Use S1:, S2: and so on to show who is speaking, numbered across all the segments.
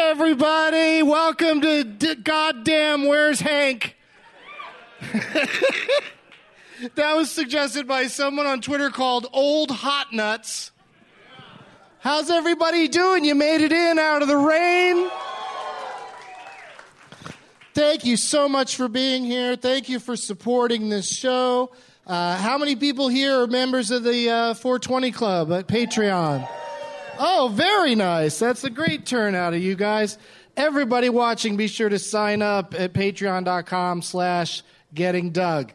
S1: everybody. Welcome to D- Goddamn Where's Hank? that was suggested by someone on Twitter called Old Hot Nuts. How's everybody doing? You made it in out of the rain. Thank you so much for being here. Thank you for supporting this show. Uh, how many people here are members of the uh, 420 Club at Patreon? Oh, very nice. That's a great turnout of you guys. Everybody watching, be sure to sign up at patreon.com slash getting Doug.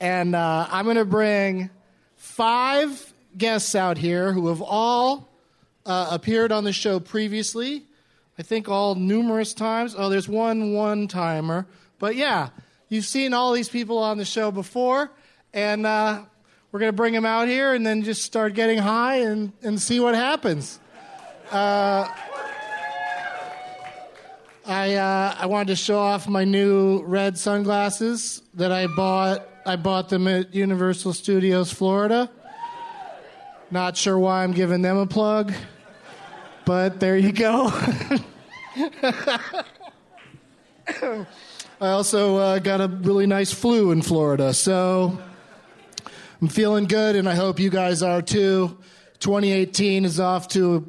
S1: And uh, I'm going to bring five guests out here who have all uh, appeared on the show previously. I think all numerous times. Oh, there's one one timer. But yeah, you've seen all these people on the show before. And uh, we're going to bring them out here and then just start getting high and, and see what happens. I uh, I wanted to show off my new red sunglasses that I bought. I bought them at Universal Studios Florida. Not sure why I'm giving them a plug, but there you go. I also uh, got a really nice flu in Florida, so I'm feeling good, and I hope you guys are too. 2018 is off to a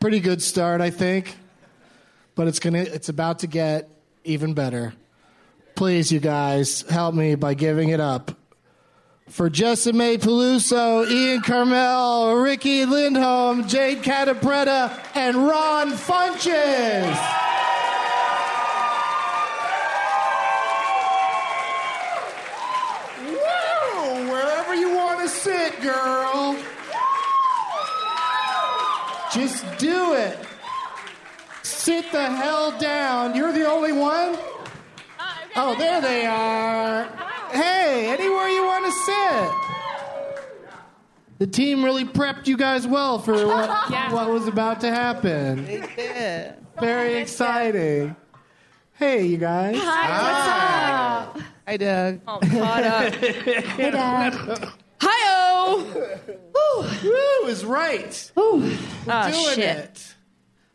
S1: pretty good start, I think but it's gonna it's about to get even better. Please, you guys, help me by giving it up. For Jessime Peluso, Ian Carmel, Ricky Lindholm, Jade Catapretta, and Ron Funches. Woo! Wherever you want to sit, girl. Just do it. Sit the hell down. You're the only one? Oh, there they are. Hey, anywhere you want to sit. The team really prepped you guys well for what, what was about to happen. Very exciting. Hey, you guys.
S2: Hi, Doug.
S3: Hi-oh!
S1: Woo is right. We're doing
S3: Oh, shit.
S1: it.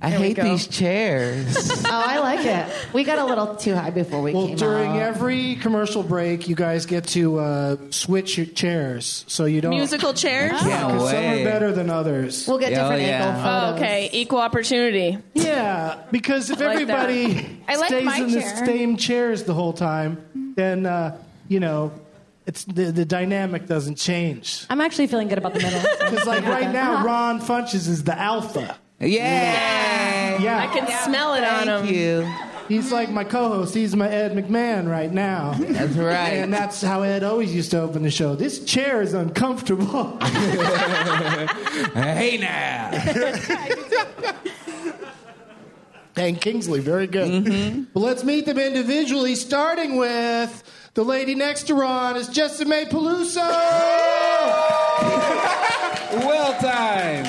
S2: I hate these chairs.
S4: Oh, I like it. We got a little too high before we
S1: Well,
S4: came
S1: during
S4: out.
S1: every commercial break, you guys get to uh, switch your chairs so you don't.
S3: Musical chairs?
S1: Yeah, 'cause some are
S2: Way.
S1: better than others.
S4: we'll get
S2: Yeah, oh,
S4: different
S2: yeah.
S4: angle
S3: Oh,
S4: photos.
S3: okay, equal opportunity.
S1: Yeah, because if
S3: like that.
S1: everybody
S5: I like
S1: stays
S5: my
S1: in the
S5: chair.
S1: same chairs the whole time, then uh, you know it's the, the dynamic doesn't change.
S5: I'm actually feeling good about the middle.
S1: Because like right now, Ron Funches is the alpha.
S2: yeah.
S1: Yeah,
S3: I can smell it on them.
S2: Thank you.
S1: he's like my co-host. He's my Ed McMahon right now.
S2: That's
S1: And
S2: right.
S1: that's how Ed always used to open the show. This chair is uncomfortable.
S2: hey now.
S1: Dan Kingsley, very good. Mm-hmm. Well, let's meet them individually, starting with the lady next to Ron is Jessamine Peluso.
S2: well time.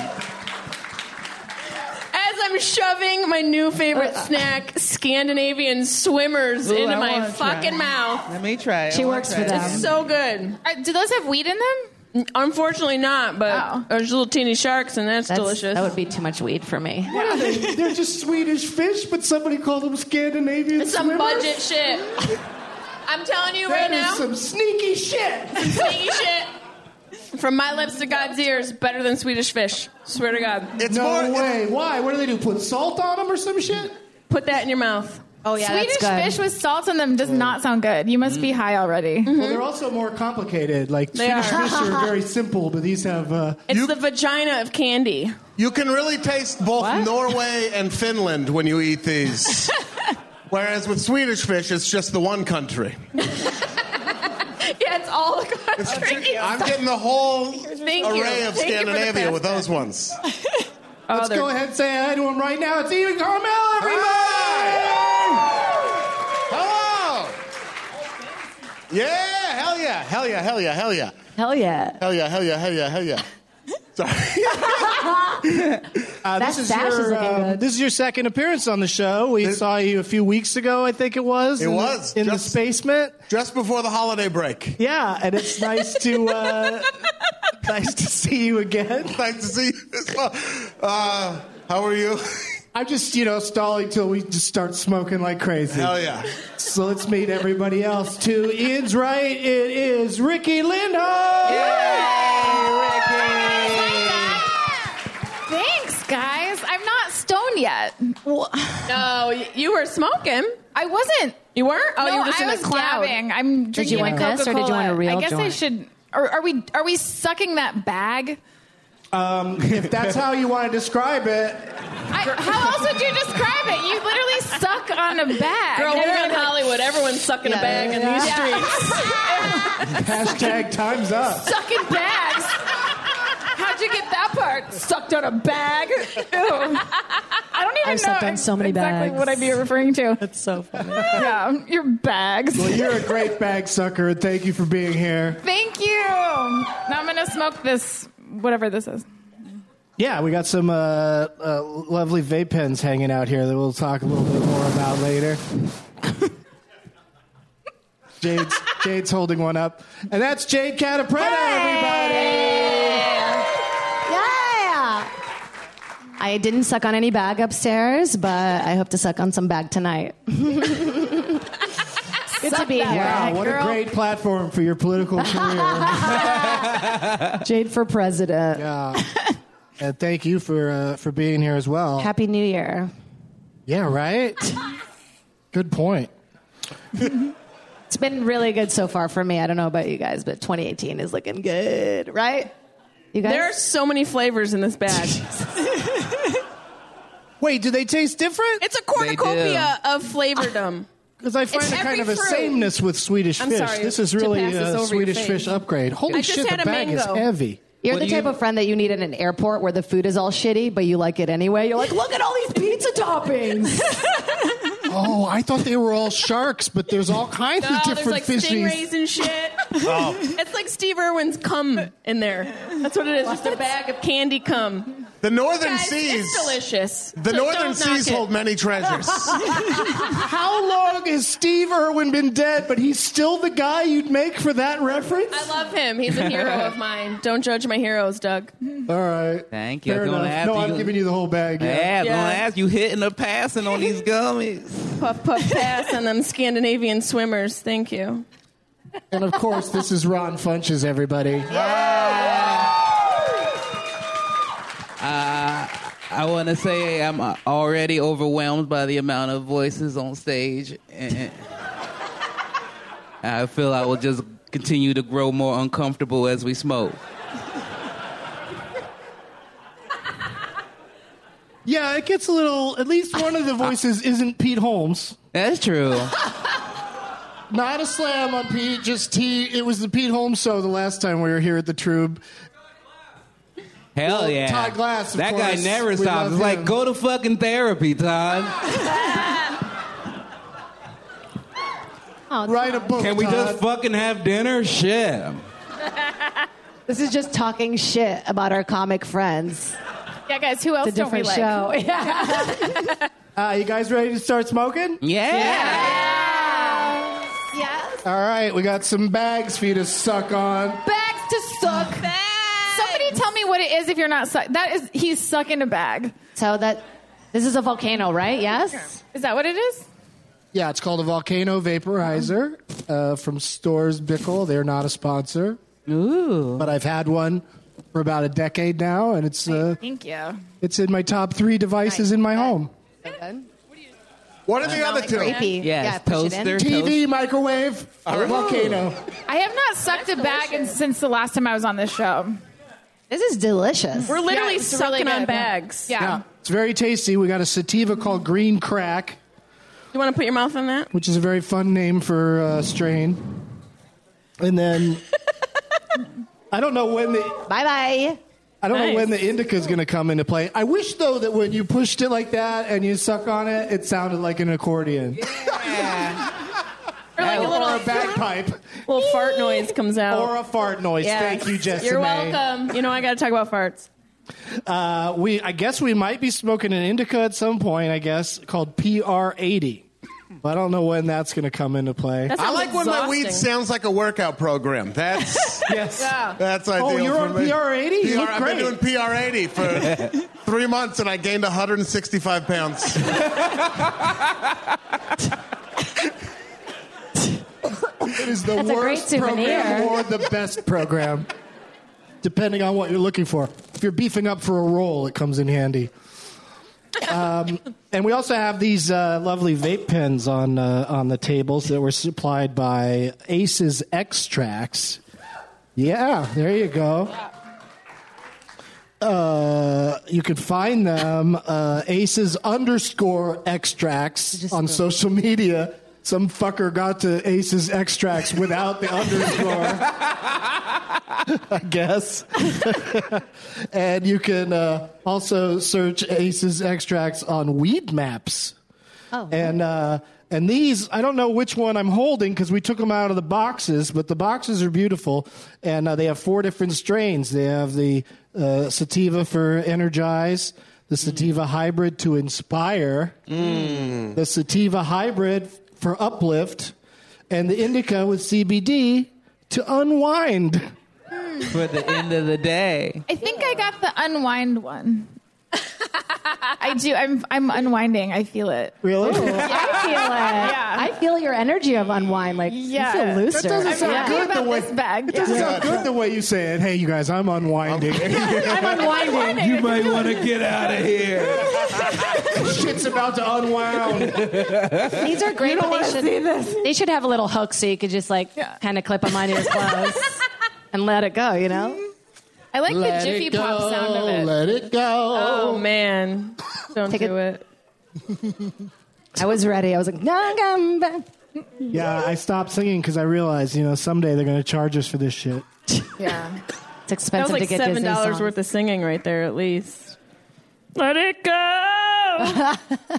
S3: As I'm shoving my new favorite snack, Scandinavian swimmers,
S2: Ooh,
S3: into
S2: I
S3: my
S2: wanna try.
S3: fucking mouth.
S2: Let me try.
S4: She works for them.
S3: It's so good.
S5: Uh, do those have weed in them?
S3: Unfortunately, not, but
S5: Oh.
S3: there's little teeny sharks, and that's,
S4: That's,
S3: delicious.
S4: That would be too much weed for me.
S1: What are they? They're just Swedish fish, but somebody called them Scandinavian
S3: it's some
S1: swimmers?
S3: budget shit. I'm telling you
S1: That
S3: right
S1: is
S3: now,
S1: some sneaky shit.
S3: stinky shit. From my lips to God's ears, better than Swedish fish. Swear to God.
S6: It's
S1: no
S6: more.
S1: way. Why? What do they do? Put salt on them or some shit?
S3: Put that in your mouth.
S4: Oh yeah,
S5: Swedish fish with salt in them does not sound good. You must be high already.
S4: Mm-hmm.
S1: Well, they're also more complicated. Like
S3: They
S1: Swedish
S3: are.
S1: fish are very simple, but these have. Uh,
S3: It's
S6: You-
S3: the vagina of candy.
S6: You can really taste both Norway and Finland when you eat these. Whereas with Swedish fish, it's just the one country.
S3: Yeah, it's all the country.
S6: I'm getting the whole
S3: Thank you.
S6: array
S3: Thank you for
S6: of
S3: the
S6: Scandinavia with
S3: pasta.
S6: those ones.
S3: Oh,
S1: let's go ahead and say hi to him right now. It's Ian Carmel, everybody!
S6: Hello! Oh! Yeah, hell yeah, hell yeah, hell yeah, hell yeah.
S4: Hell yeah.
S6: Hell yeah, hell yeah, hell yeah, hell yeah. Sorry.
S1: Uh,
S4: That
S1: this, is
S4: sash is
S1: your,
S4: looking
S1: um,
S4: good.
S1: this is your second appearance on the show. We saw you a few weeks ago, I think it was.
S6: It
S1: in
S6: was,
S1: the, in
S6: just-
S1: the basement.
S6: Just before the holiday break.
S1: Yeah, and it's nice to uh, nice to see you again.
S6: Nice to see you. Uh, how are you?
S1: I'm just, you know, stalling till we just start smoking like crazy.
S6: Hell yeah.
S1: So let's meet everybody else. Two Ian's right. It is Ricky Lindholm.
S5: Thanks, guys. I'm not stoned yet. Well,
S3: No, y- you were smoking.
S5: I wasn't.
S3: You weren't? Oh,
S5: no,
S3: you were just
S5: I
S3: in
S5: was
S3: the cloud.
S5: dabbing. I'm drinking
S4: you want
S5: a
S4: this or did you want a
S5: Coca-Cola.
S4: real
S5: I guess I
S4: joint?
S5: should. Are, are we are we sucking that bag?
S1: If that's how you want to describe it,
S5: I, how else would you describe it? You literally suck on a bag.
S3: Girl,
S5: And
S3: we're
S5: then,
S3: in Hollywood. Everyone's sucking a bag in these streets.
S1: hashtag time's up.
S3: Sucking bags. How'd you get that part? Sucked on a bag. Ew.
S5: I don't even
S7: I've
S5: know
S7: sucked on so many
S5: exactly
S7: bags.
S5: what I'd be referring to.
S7: That's so funny.
S5: yeah, your bags.
S1: Well, you're a great bag sucker, and thank you for being here.
S5: Thank you. Now I'm gonna smoke this whatever this is.
S1: Yeah, we got some uh, uh, lovely vape pens hanging out here that we'll talk a little bit more about later. Jade's, Jade's holding one up. And that's Jade Catapretta, everybody!
S4: Yeah. I didn't suck on any bag upstairs, but I hope to suck on some bag tonight. Good to be here.
S1: Wow, what a great platform for your political career.
S7: Jade for president.
S1: Yeah. And thank you for uh, for being here as well.
S4: Happy New Year.
S1: yeah, right? Good point.
S4: It's been really good so far for me. I don't know about you guys, but 2018 is looking good, right? You guys?
S3: There are so many flavors in this bag.
S1: Wait, do they taste different?
S3: It's a cornucopia of flavordom.
S1: Because I find
S3: It's
S1: a kind
S3: every
S1: of a
S3: fruit.
S1: sameness with Swedish
S3: I'm
S1: fish.
S3: sorry
S1: this is
S3: to
S1: really
S3: pass this
S1: a
S3: over your
S1: Swedish
S3: face.
S1: fish upgrade. Holy
S3: I just
S1: shit,
S3: had
S1: the
S3: a
S1: bag is
S3: mango.
S1: heavy.
S4: You're the type of friend that you need in an airport where the food is all shitty, but you like it anyway. You're like, look at all these pizza toppings.
S1: Oh, I thought they were all sharks, but there's all kinds
S3: No,
S1: of
S3: there's like
S1: different fishies.
S3: stingrays and shit.
S6: Oh.
S3: It's like Steve Irwin's cum in there. That's what it is. Just a bag of candy cum.
S6: The northern
S3: Guys,
S6: seas.
S3: it's delicious.
S6: The
S3: So
S6: northern
S3: don't knock
S6: seas
S3: it.
S6: hold many treasures.
S1: How long has Steve Irwin been dead, but he's still the guy you'd make for that reference?
S3: I love him. He's a hero of mine. Don't judge my heroes, Doug.
S1: all right.
S2: Thank you.
S1: Fair
S2: I'm gonna
S1: enough.
S2: have
S1: No,
S2: to-
S1: I'm giving you the whole bag. Yeah.
S2: Yeah, I'm gonna
S3: Yeah.
S2: ask you hitting or passing on these gummies.
S3: Puff puff pass and them Scandinavian swimmers. Thank you.
S1: And of course, this is Ron Funches, everybody.
S2: I want to say I'm uh, already overwhelmed by the amount of voices on stage, and I feel I will just continue to grow more uncomfortable as we smoke.
S1: Yeah, it gets a little. At least one of the voices isn't Pete Holmes.
S2: That's true.
S1: Not a slam on Pete, just he. It was the Pete Holmes show the last time we were here at the Troop.
S2: Hell
S1: Well,
S2: yeah.
S1: Todd Glass, of
S2: That
S1: course.
S2: guy never
S1: We
S2: stops.
S1: love
S2: It's like,
S1: him.
S2: go to fucking therapy, Todd.
S1: Write a book.
S2: Can we just
S1: Todd.
S2: fucking have dinner? Shit.
S4: this is just talking shit about our comic friends.
S5: Yeah, guys, who else
S4: It's a
S5: don't we
S4: different show.
S5: like?
S4: Yeah.
S1: Uh, you guys ready to start smoking?
S2: Yeah.
S4: Yes.
S1: All right, we got some bags for you to suck on.
S5: Bags to suck. Somebody tell me what it is if you're not suck. That is, he's sucking a bag.
S4: So that this is a volcano, right? Yes.
S5: Is that what it is?
S1: Yeah, it's called a volcano vaporizer uh, from Stores Bickle. They're not a sponsor,
S2: Ooh.
S1: but I've had one for about a decade now, and it's uh,
S5: Thank you.
S1: it's in my top three devices in my home:
S6: What are the other two?
S4: Grapey.
S2: Yes,
S4: yeah, push it in.
S2: toaster.
S1: TV, microwave, volcano.
S5: I have not sucked a bag in, since the last time I was on this show.
S4: This is delicious.
S3: We're literally
S5: Yeah, it's
S3: sucking
S5: really
S3: on
S5: good.
S3: bags.
S5: Yeah.
S1: Yeah, it's very tasty. We got a sativa called Green Crack,
S3: You want to put your mouth on that?
S1: which is a very fun name for uh, strain, and then. I don't know when the
S4: Bye bye.
S1: I don't know
S3: Nice.
S1: when the indica is going to come into play. I wish though that when you pushed it like that and you suck on it, it sounded like an accordion
S3: Or like a
S1: or
S3: little,
S1: a bagpipe
S3: little fart noise comes out.
S1: or a fart noise.
S3: Yes.
S1: Thank you, Jessamay.
S3: You're welcome. You know I got to talk about farts.
S1: Uh, we I guess we might be smoking an indica at some point. I guess called PR80. But I don't know when that's going to come into play.
S6: I like when my weed sounds like a workout program. That's
S1: yes.
S6: That's ideal.
S1: Oh, you're
S6: for
S1: on
S6: me.
S1: PR80? You
S6: PR
S1: look
S6: I've
S1: great.
S6: been doing PR80 for three months, and I gained 165 pounds.
S1: It is the
S4: That's a great
S1: worst
S4: souvenir.
S1: program or the best program, depending on what you're looking for. If you're beefing up for a role, it comes in handy. Um, and we also have these uh, lovely vape pens on uh, on the tables that were supplied by Aces Extracts. Yeah, there you go. Uh, you can find them uh, aces underscore extracts on social media. Some fucker got to aces extracts without the underscore, I guess. and you can uh, also search aces extracts on weed maps. Oh. And uh, and these, I don't know which one I'm holding because we took them out of the boxes, but the boxes are beautiful, and uh, they have four different strains. They have the uh, sativa for energize, the sativa hybrid to inspire, the sativa hybrid for uplift, and the indica with CBD to unwind.
S2: for the end of the day.
S5: I think I got the unwind one. I do. I'm I'm unwinding. I feel it.
S1: Really?
S4: I feel it. I feel your energy of unwind. Like
S5: Yeah.
S4: you feel looser.
S1: That doesn't
S5: I'm
S1: sound
S5: happy
S1: good
S5: about
S1: the way-
S5: this bag. Yeah.
S1: It's not good the way you say it. Hey, you guys, I'm unwinding.
S4: I'm unwinding.
S2: You might want to get out of here.
S1: Shit's about to unwound.
S4: These are great. but they, should, they should have a little hook so you could just like kind of clip them on your clothes and let it go. You know.
S5: I like the Jiffy Pop sound of it. Um,
S1: Let it go.
S3: Oh man, don't
S4: Take
S3: do it.
S4: I was ready. I was like, no, come back.
S1: Yeah, I stopped singing because I realized, you know, someday they're going to charge us for this shit.
S5: Yeah.
S3: That
S4: It's
S3: was
S4: expensive
S3: like
S4: to get
S3: seven
S4: Disney
S3: dollars
S4: songs.
S3: worth of singing right there, at least. Let it go.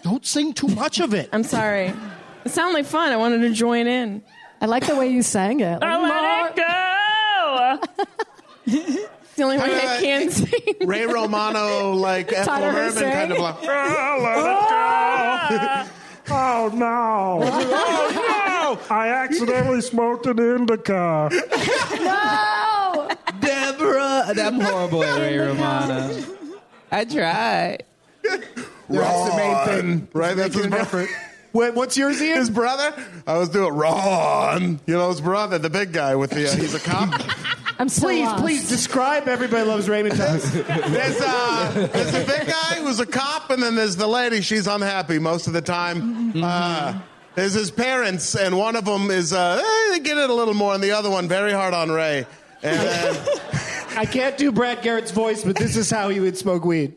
S1: Don't sing too much of it.
S3: I'm sorry. It sounded like fun. I wanted to join in.
S7: I like the way you sang it.
S3: Let it go. it's the only one
S1: Uh,
S3: I can sing.
S6: Ray Romano, like Ethel
S7: Tyler
S6: Merman,
S7: Hersey. Ah,
S6: kind of like.
S8: Oh no! oh no! I accidentally smoked an indica.
S2: Deborah. I'm horrible at Ray Romano. I tried.
S1: That's the main thing.
S6: Right, that's his brother.
S1: effort. What, what's yours, Ian?
S6: His brother? I was doing Ron. You know his brother, the big guy with the. Uh, he's a cop.
S4: I'm so
S1: Please,
S4: lost.
S1: please describe Everybody Loves Raymond to us.
S6: There's uh, there's a big guy who's a cop, and then there's the lady. She's unhappy most of the time. Uh, there's his parents, and one of them is uh, eh, they get it a little more, and the other one very hard on Ray. And uh, then
S1: I can't do Brad Garrett's voice, but this is how he would smoke weed.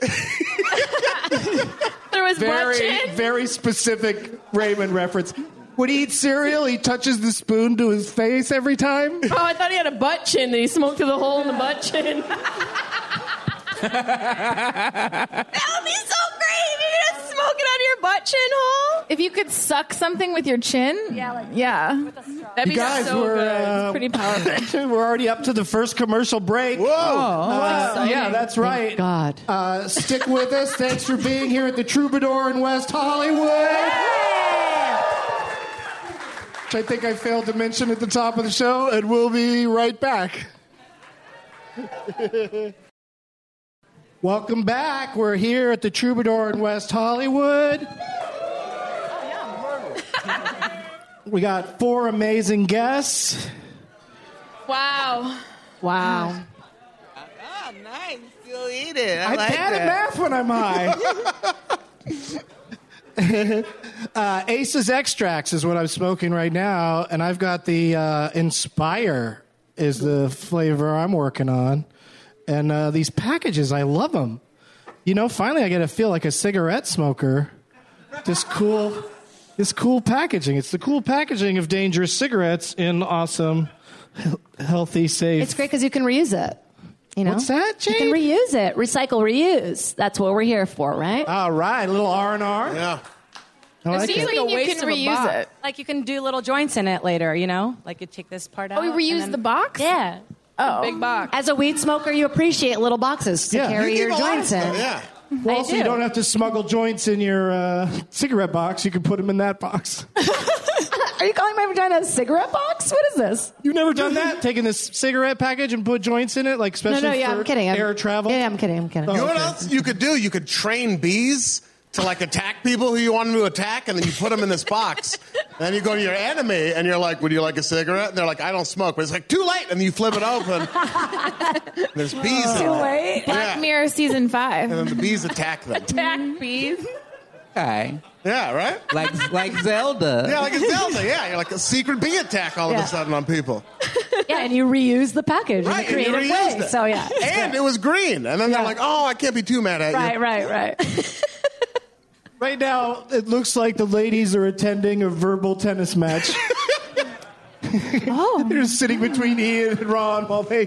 S3: There was much
S1: Very,
S3: in.
S1: very specific Raymond reference. Would he eat cereal? He touches the spoon to his face every time.
S3: Oh, I thought he had a butt chin that he smoked through the hole in the butt chin. that would be so great if you just smoke it out of your butt chin hole.
S5: If you could suck something with your chin. Yeah. Like yeah.
S3: That'd be
S1: guys
S3: so
S1: were,
S3: good.
S1: uh,
S3: it's pretty powerful.
S1: We're already up to the first commercial break.
S6: whoa,
S1: Uh, yeah, that's right.
S7: God.
S1: Uh, stick with us. Thanks for being here at the Troubadour in West Hollywood. Which I think I failed to mention at the top of the show, and we'll be right back. Welcome back. We're here at the Troubadour in West Hollywood. We got four amazing guests.
S3: Wow.
S4: Wow.
S2: Oh, nice. Still eat it.
S1: I'm bad at math when I'm high. uh, Aces Extracts is what I'm smoking right now, and I've got the uh, Inspire is the flavor I'm working on, and uh, these packages I love them. You know, finally I get to feel like a cigarette smoker. This cool, this cool packaging. It's the cool packaging of dangerous cigarettes in awesome, he- healthy, safe.
S4: It's great because you can reuse it. You know?
S1: What's that,
S4: You can
S1: Jade?
S4: reuse it. Recycle, reuse. That's what we're here for, right?
S1: All right, a little R and R.
S6: yeah.
S5: Does
S3: Seems
S5: it
S3: like
S5: mean
S3: a
S5: you
S3: waste
S5: can
S3: of a
S5: reuse
S3: box.
S5: it?
S4: Like you can do little joints in it later, you know? Like you take this part out.
S5: Oh, we reuse
S4: and then-
S5: the box.
S4: Yeah.
S5: Oh.
S3: Big box.
S4: As a weed smoker, you appreciate little boxes to
S1: Yeah.
S4: carry
S1: You
S4: your
S6: Keep a lot of
S4: joints in.
S6: stuff, Yeah.
S1: Well, also, you
S5: do.
S1: don't have to smuggle joints in your uh, cigarette box. You can put them in that box.
S4: Are you calling my vagina a cigarette box? What is this?
S1: You've never done that? Taking this cigarette package and put joints in it, like
S4: No,
S1: especially
S4: no, yeah,
S1: for
S4: I'm kidding. I'm,
S1: air travel. Oh.
S4: Yeah, I'm kidding. I'm kidding.
S6: You know what else you could do? You could train bees to like attack people who you want them to attack, and then you put them in this box. then you go to your enemy, and you're like, "Would you like a cigarette?" And they're like, "I don't smoke." But it's like too late, and you flip it open. There's bees. in it.
S5: Black
S6: Yeah.
S5: Mirror season five.
S6: And then the bees attack them.
S3: Attack bees.
S2: Okay.
S6: Yeah, right.
S2: Like like Zelda.
S6: Yeah, like a Zelda. Yeah, you're like a secret bee attack all of
S4: Yeah.
S6: a sudden on people.
S4: Yeah, and you reuse the package
S6: Right,
S4: in a
S6: and you
S4: creative
S6: reused
S4: way.
S6: it.
S4: So yeah.
S6: And it was green. And then they're
S4: Yeah.
S6: like, "Oh, I can't be too mad at
S4: Right,
S6: you."
S4: right, right.
S1: Right now, it looks like the ladies are attending a verbal tennis match.
S5: Oh.
S1: They're just sitting between Ian and Ron while they.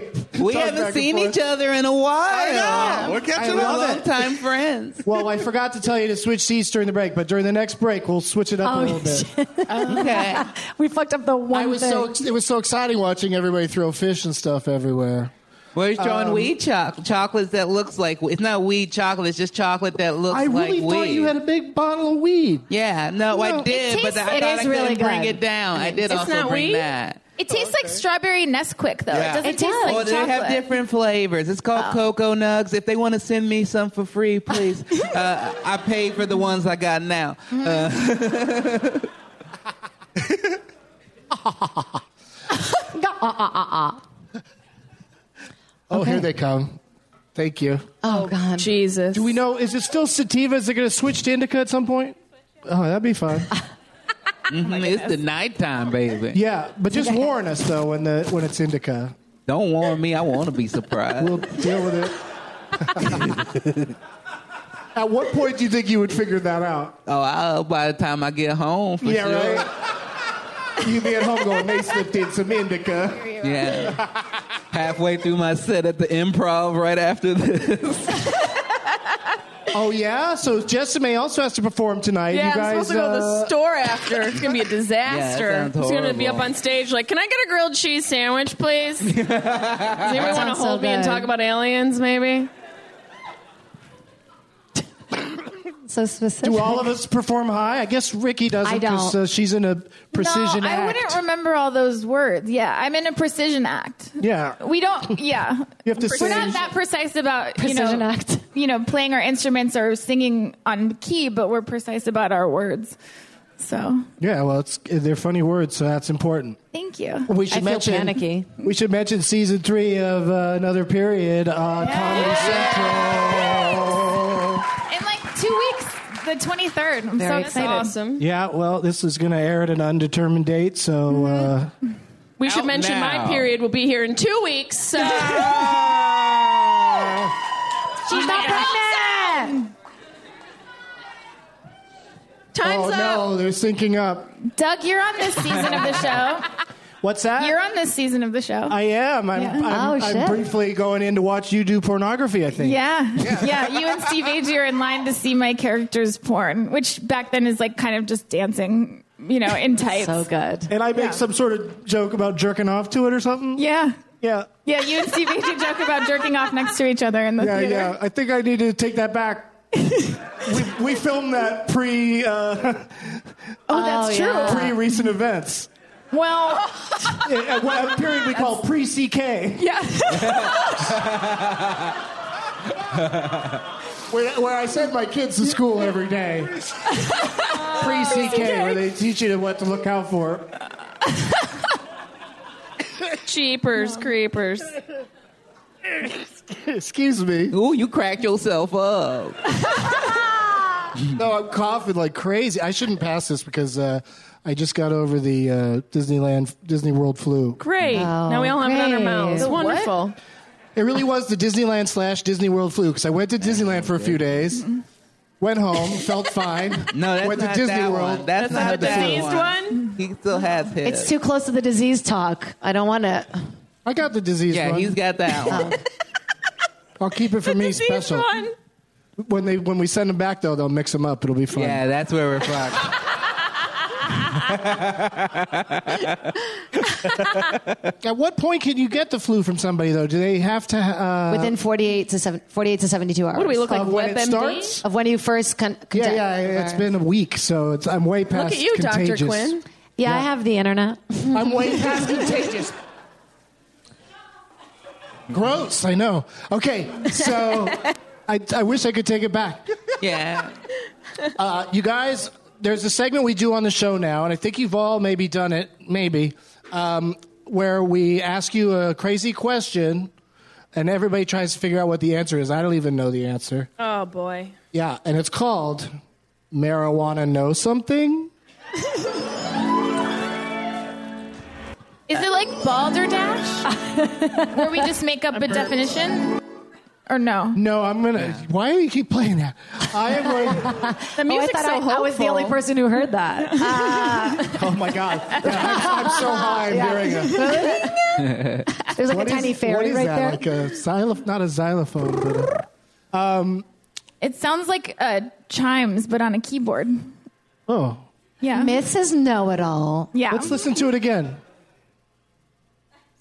S1: talk
S2: We
S1: back
S2: haven't
S1: and
S2: seen
S1: forth.
S2: each other in a while.
S6: I know. We're catching
S1: I
S6: up.
S1: love
S2: Long time friends.
S1: Well, I forgot to tell you to switch seats during the break, but during the next break, we'll switch it up a
S4: Oh,
S1: little bit.
S2: Okay.
S4: we fucked up the one
S1: I was
S4: thing.
S1: so ex- it was so exciting watching everybody throw fish and stuff everywhere.
S2: We're throwing
S1: Um,
S2: weed choc chocolates that looks like it's not weed chocolate. It's just chocolate that looks
S1: I really
S2: like
S1: thought
S2: weed.
S1: you had a big bottle of weed.
S2: yeah, no, I did, but I
S5: tastes-
S2: thought
S5: it
S2: I
S5: is
S2: couldn't
S4: really
S2: bring
S4: good.
S2: it down. I did
S3: It's
S2: also
S3: not
S2: bring
S3: weed?
S2: that.
S5: It tastes like strawberry Nesquik though.
S6: Yeah.
S5: It doesn't
S6: It
S5: taste
S4: does.
S5: like
S2: Well, Oh, they
S5: chocolate.
S2: have different flavors. It's called Cocoa Nugs. If they want to send me some for free, please. uh, I paid for the ones I got now. Uh,
S1: Oh, here they come. Thank you.
S4: oh god.
S3: Jesus.
S1: Do we know? Is it still sativa? Is it going to switch to indica at some point? Oh, that'd be fun.
S2: mhm, it's the nighttime, baby.
S1: Yeah, but just warn us though when the when it's indica.
S2: Don't warn me. I want to be surprised.
S1: We'll deal with it. At what point do you think you would figure that out?
S2: oh, I'll, by the time I get home, for
S1: yeah,
S2: sure.
S1: right. You'd be at home going, they slipped in some indica.
S2: Yeah. Halfway through my set at the improv right after this.
S1: Oh yeah, so Jessamay also has to perform tonight.
S3: Yeah,
S1: you guys,
S3: I'm supposed to go to
S1: uh,
S3: the store after. It's gonna be a disaster.
S2: Yeah, that sounds
S3: it's gonna be up
S2: horrible.
S3: on stage like, "Can I get a grilled cheese sandwich, please?" Does anyone want to
S4: sounds so
S3: hold me and
S4: good.
S3: talk about aliens? Maybe.
S4: So specific.
S1: do all of us perform high? I guess Ricky doesn't
S4: I don't.
S1: because uh, she's in a precision
S5: no,
S1: act.
S5: I wouldn't remember all those words. Yeah, I'm in a precision act.
S1: yeah,
S5: We don't. Yeah,
S1: you have to
S5: we're
S1: say.
S5: not that precise about you
S4: Precision
S5: know
S4: act.
S5: you know playing our instruments or singing on key, but we're precise about our words. So
S1: yeah, well, it's they're funny words, so that's important.
S5: thank you.
S1: We should
S4: I feel
S1: mention.
S4: panicky.
S1: We should mention season three of uh, another period on Comedy Central.
S5: In like two weeks, the 23rd. I'm so
S4: Very
S5: excited.
S4: excited.
S3: Awesome.
S1: Yeah, well, this is going to air at an undetermined date, so uh,
S3: We should
S2: Out
S3: mention
S2: now.
S3: my period will be here in two weeks. So.
S5: She's not pregnant.
S3: Time's
S1: oh
S3: up.
S1: no, they're syncing up.
S5: Doug, you're on this season of the show.
S1: What's that?
S5: You're on this season of the show.
S1: I am. I'm, I'm,
S4: Oh,
S1: I'm
S4: shit.
S1: briefly going in to watch you do pornography. I think.
S5: yeah. yeah, You and Steve Agee are in line to see my character's porn, which back then is like kind of just dancing, you know, in tights.
S4: So good.
S1: And I make some sort of joke about jerking off to it or something.
S5: yeah,
S1: Yeah.
S5: yeah. You and Steve Agee joke about jerking off next to each other in the
S1: Yeah.
S5: theater.
S1: yeah. I think I need to take that back. we, we filmed that pre uh,
S5: Oh, that's
S4: Oh,
S5: true.
S4: yeah.
S1: pre recent events.
S5: Well,
S1: A, a period we call pre CK.
S5: yeah.
S1: where, where I send my kids to school every day. Pre CK, where they teach you what to look out for.
S3: Cheapers, creepers.
S1: Excuse me.
S2: Ooh, you cracked yourself up.
S1: No, I'm coughing like crazy. I shouldn't pass this because uh, I just got over the uh, Disneyland, Disney World flu.
S3: Great. now we all have it on our
S4: Oh, great.
S3: mouths.
S4: The what?
S3: Wonderful.
S1: It really was the Disneyland slash Disney World flu because I went to Disneyland for a few days. Went home, felt fine.
S2: No, that's
S1: went
S2: not
S1: to Disney
S2: that
S1: World.
S2: One. That's,
S3: not
S2: not
S3: the
S2: that
S3: diseased one?
S2: He still has his.
S4: It's too close to the disease talk. I don't want it.
S1: I got the disease.
S2: yeah,
S1: one.
S2: he's got that one.
S1: I'll keep it for me
S3: Disease
S1: special.
S3: one.
S1: When they when we send them back though, they'll mix them up. It'll be fun.
S2: yeah, that's where we're from.
S1: At what point can you get the flu from somebody though? Do they have to? Uh,
S4: Within 48 to, seven, 48 to 72 hours.
S3: What do we look like?
S1: Of when it
S3: WebMD?
S1: starts?
S4: Of when you first con-
S1: yeah,
S4: contact-
S1: yeah. It's been a week, so it's, I'm way past.
S3: Look at you,
S1: contagious.
S3: Dr. Quinn.
S4: Yeah, I have the internet.
S1: I'm way past contagious. Gross, I know. Okay, so I, I wish I could take it back.
S2: Yeah.
S1: Uh, you guys, there's a segment we do on the show now, and I think you've all maybe done it, maybe, um, where we ask you a crazy question, and everybody tries to figure out what the answer is. I don't even know the answer.
S3: Oh boy.
S1: Yeah, and it's called Marijuana Know Something?
S5: Is it like balderdash? Where we just make up a definition? Or no?
S1: No, I'm gonna. Why do you keep playing that? I am going.
S3: The
S4: Oh, I
S3: music's
S4: thought
S3: so
S4: I, I
S3: hopeful.
S4: was the only person who heard that.
S1: Oh my God. Yeah, I'm, I'm so high, I'm hearing it.
S4: There's like
S1: What
S4: a
S1: is-
S4: tiny fairy
S1: what is
S4: right
S1: that?
S4: there.
S1: Like a xylophone, not a xylophone, but a,
S5: It sounds like uh, chimes, but on a keyboard.
S1: oh.
S5: Yeah.
S4: Mrs. Know It All.
S5: Yeah.
S1: Let's listen to it again.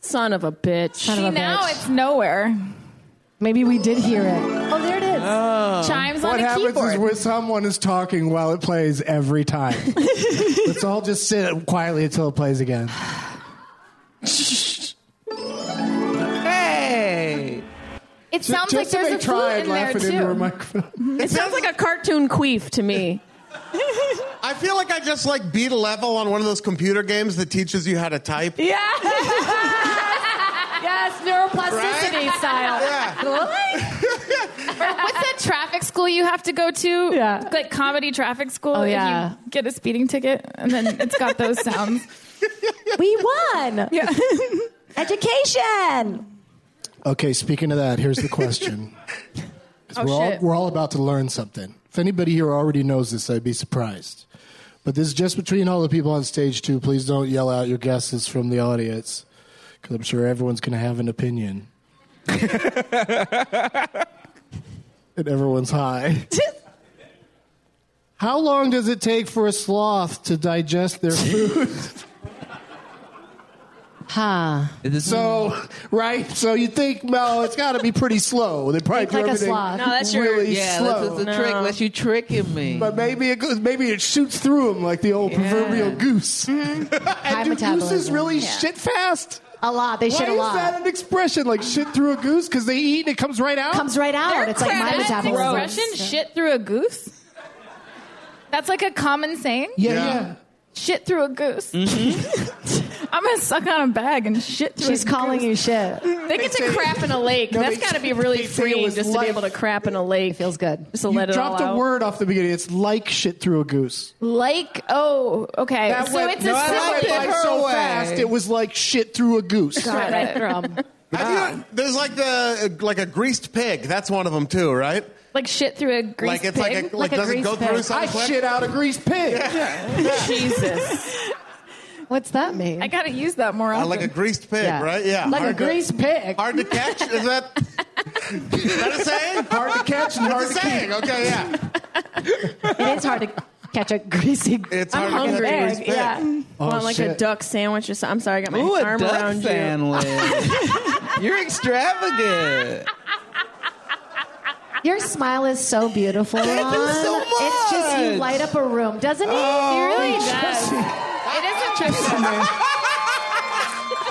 S3: Son of a bitch.
S5: See,
S4: of a
S5: now
S4: bitch.
S5: it's nowhere.
S7: Maybe we did hear it.
S4: Oh, there it is.
S5: Chimes
S1: What
S5: on a
S1: happens
S5: keyboard.
S1: is when someone is talking while it plays every time. Let's all just sit quietly until it plays again.
S2: Hey.
S5: it sounds like
S1: just
S5: there's
S1: to
S5: a
S1: make
S5: flute
S1: Triad
S5: in there
S1: laugh it into her
S5: too.
S1: microphone.
S3: It sounds like a cartoon queef to me.
S6: I feel like I just like beat a level on one of those computer games that teaches you how to type.
S3: Yeah.
S4: Yes, neuroplasticity style.
S5: What's that traffic school you have to go to?
S7: Yeah.
S5: Like comedy traffic school.
S4: Oh,
S5: if
S4: yeah.
S5: you get a speeding ticket and then it's got those sounds.
S4: We won.
S5: Yeah.
S4: Education.
S1: Okay, speaking of that, here's the question. 'Cause
S5: Oh,
S1: we're, all,
S5: shit.
S1: we're all about to learn something. If anybody here already knows this, I'd be surprised. But this is just between all the people on stage, too. Please don't yell out your guesses from the audience, because I'm sure everyone's going to have an opinion. and everyone's high. How long does it take for a sloth to digest their food?
S4: Huh.
S2: Is this
S1: So, right? So you think, well, it's got to be pretty slow. They probably
S4: Think
S1: do
S4: like a
S1: everything
S4: sloth. No,
S3: that's your-
S1: really
S2: yeah,
S1: slow.
S2: this is a trick. Unless you tricking me.
S1: But maybe it goes, maybe it shoots through him like the old
S3: Mm-hmm.
S1: proverbial goose.
S4: High
S1: and do gooses
S4: metabolism.
S1: really shit fast?
S4: A lot. They
S1: Why
S4: shit a
S1: is
S4: lot.
S1: that an expression? Like shit through a goose because they eat and it comes right out.
S4: Comes right out. it's like my
S5: That's an
S4: metabolism.
S5: expression, shit through a goose. That's like a common saying.
S1: yeah, yeah.
S5: Shit through a goose. I'm gonna suck on a bag and shit through.
S4: Mm-hmm. She's
S5: a goose.
S4: calling you shit.
S3: They get to crap in a lake.
S1: No,
S3: That's
S1: they-
S3: got to
S1: they
S3: be really
S1: say it
S3: freeing
S1: was
S3: just to
S1: life.
S3: be able to crap in a lake.
S4: Feels good.
S3: Just to
S1: You
S3: let it
S1: dropped
S3: all
S1: a
S3: out.
S1: word off the beginning. It's like shit through a goose.
S5: Like oh okay.
S1: That
S5: so
S1: went,
S5: it's
S1: no,
S5: a
S1: that
S5: synonym.
S1: went by
S2: her
S1: so
S2: way.
S1: fast. It was like shit through a goose.
S4: Got it. From-
S6: Have you- there's like the like a greased pig. That's one of them too, right?
S5: like shit through a grease
S6: like it's
S5: pig.
S6: like a, like, does it go through
S1: I
S6: something quick?
S1: shit out a greased pig.
S3: Jesus.
S4: What's that mean?
S5: I gotta use that more
S6: Uh,
S5: often.
S6: like a greased pig,
S4: Yeah.
S6: right? Yeah.
S7: Like
S6: hard
S7: a greased pig.
S6: To, hard to catch. Is that is that a saying?
S1: Hard to catch and hard
S6: That's
S1: to
S6: a saying. Okay, yeah.
S4: it is hard to catch a greasy.
S6: It's hard
S3: I'm
S6: to catch a
S3: hungry.
S6: greased pig.
S5: yeah.
S3: Want like a
S1: shit.
S3: duck sandwich or something? I'm sorry, I got my
S2: Oh, Ooh, a
S3: arm
S2: duck
S3: around you.
S2: sandwich. You're extravagant.
S4: Your smile is so beautiful. Lon.
S2: so
S4: It's just you
S2: much.
S4: light up a room, doesn't he?
S2: Oh,
S4: he really
S5: does. It is a trick.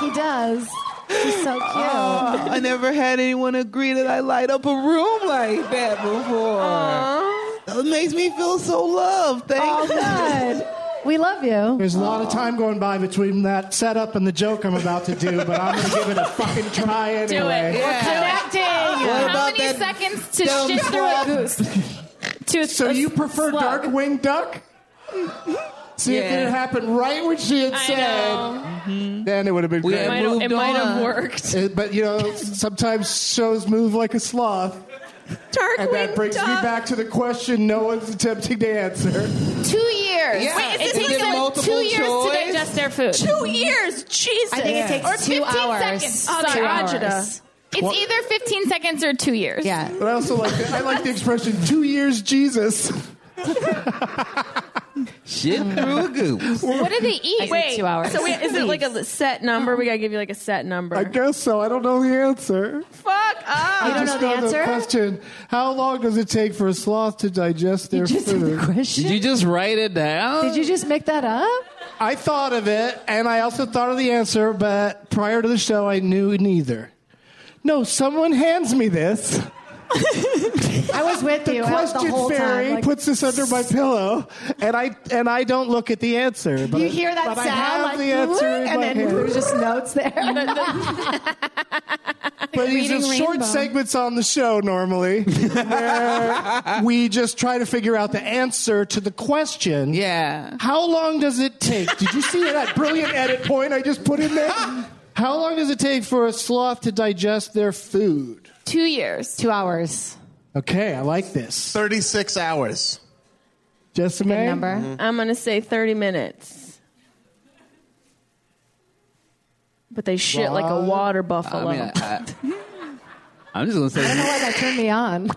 S4: He does. He's so cute.
S2: I never had anyone agree that I light up a room like that before. That makes me feel so loved.
S4: All
S2: Thank
S4: good. We love you.
S1: There's a lot of time going by between that setup and the joke I'm about to do, but I'm going to give it a fucking try anyway.
S5: Do it.
S4: Connecting.
S2: What
S5: How
S2: about
S5: many
S2: that
S5: seconds to
S2: dumb
S5: shit through a
S2: slug?
S5: goose? to
S1: So you prefer dark winged duck? See, if it
S2: Yeah.
S1: had happened right when she had
S3: I
S1: said, Mm-hmm.
S3: know.
S1: then it would have been
S2: We
S1: great.
S2: had
S3: Might have- It
S2: Moved
S3: might have
S2: on.
S3: worked.
S1: Uh, but you know, sometimes shows move like a sloth, and that
S3: Darkwing
S1: brings me
S3: Duck.
S1: back to the question no one's attempting to answer.
S5: Two years.
S2: Yeah.
S5: Wait,
S2: Is
S5: it
S2: it
S5: takes them
S2: multiple
S5: two years
S2: choice?
S5: to digest their food.
S3: Two years. Jesus.
S4: I think it takes
S5: Or
S4: two
S5: 15
S4: hours.
S5: seconds.
S4: Two
S5: Sorry,
S4: hours.
S3: Ajita.
S5: It's either 15 seconds or two years.
S4: Yeah.
S1: But I also like the, I like the expression two years Jesus.
S2: Shit through a goose.
S5: What do they eat?
S3: Wait,
S4: two hours.
S3: so wait, is it like a set number? We gotta give you like a set number.
S1: I guess so. I don't know the answer.
S3: Fuck up.
S4: You don't know
S1: Just
S4: the
S1: know
S4: answer?
S1: question. How long does it take for a sloth to digest their
S7: Just
S1: food?
S7: the question.
S2: Did you just write it down?
S7: Did you just make that up?
S1: I thought of it, and I also thought of the answer, but prior to the show, I knew neither. No, someone hands me this.
S7: I was with
S1: The
S7: you uh,
S1: question
S7: the whole
S1: fairy
S7: time. like,
S1: puts this under my pillow, and I and I don't look at the answer. But
S7: you
S1: I-
S7: hear that
S1: but I
S7: sound
S1: have
S7: like,
S1: the answer in
S7: and
S1: my
S7: then
S1: hand.
S7: there's just notes there.
S1: But these are
S7: reading
S1: short
S7: Rainbow.
S1: segments on the show normally. where we just try to figure out the answer to the question.
S2: Yeah.
S1: How long does it take? Did you see that brilliant edit point I just put in there? How long does it take for a sloth to digest their food?
S5: Two years.
S4: Two hours.
S1: Okay, I like this.
S6: 36 hours.
S1: Just a
S4: Good number.
S3: I'm gonna say 30 minutes. But they shit like a water buffalo.
S2: I mean, I, am just gonna
S7: I don't know
S2: say
S7: why that turned me on.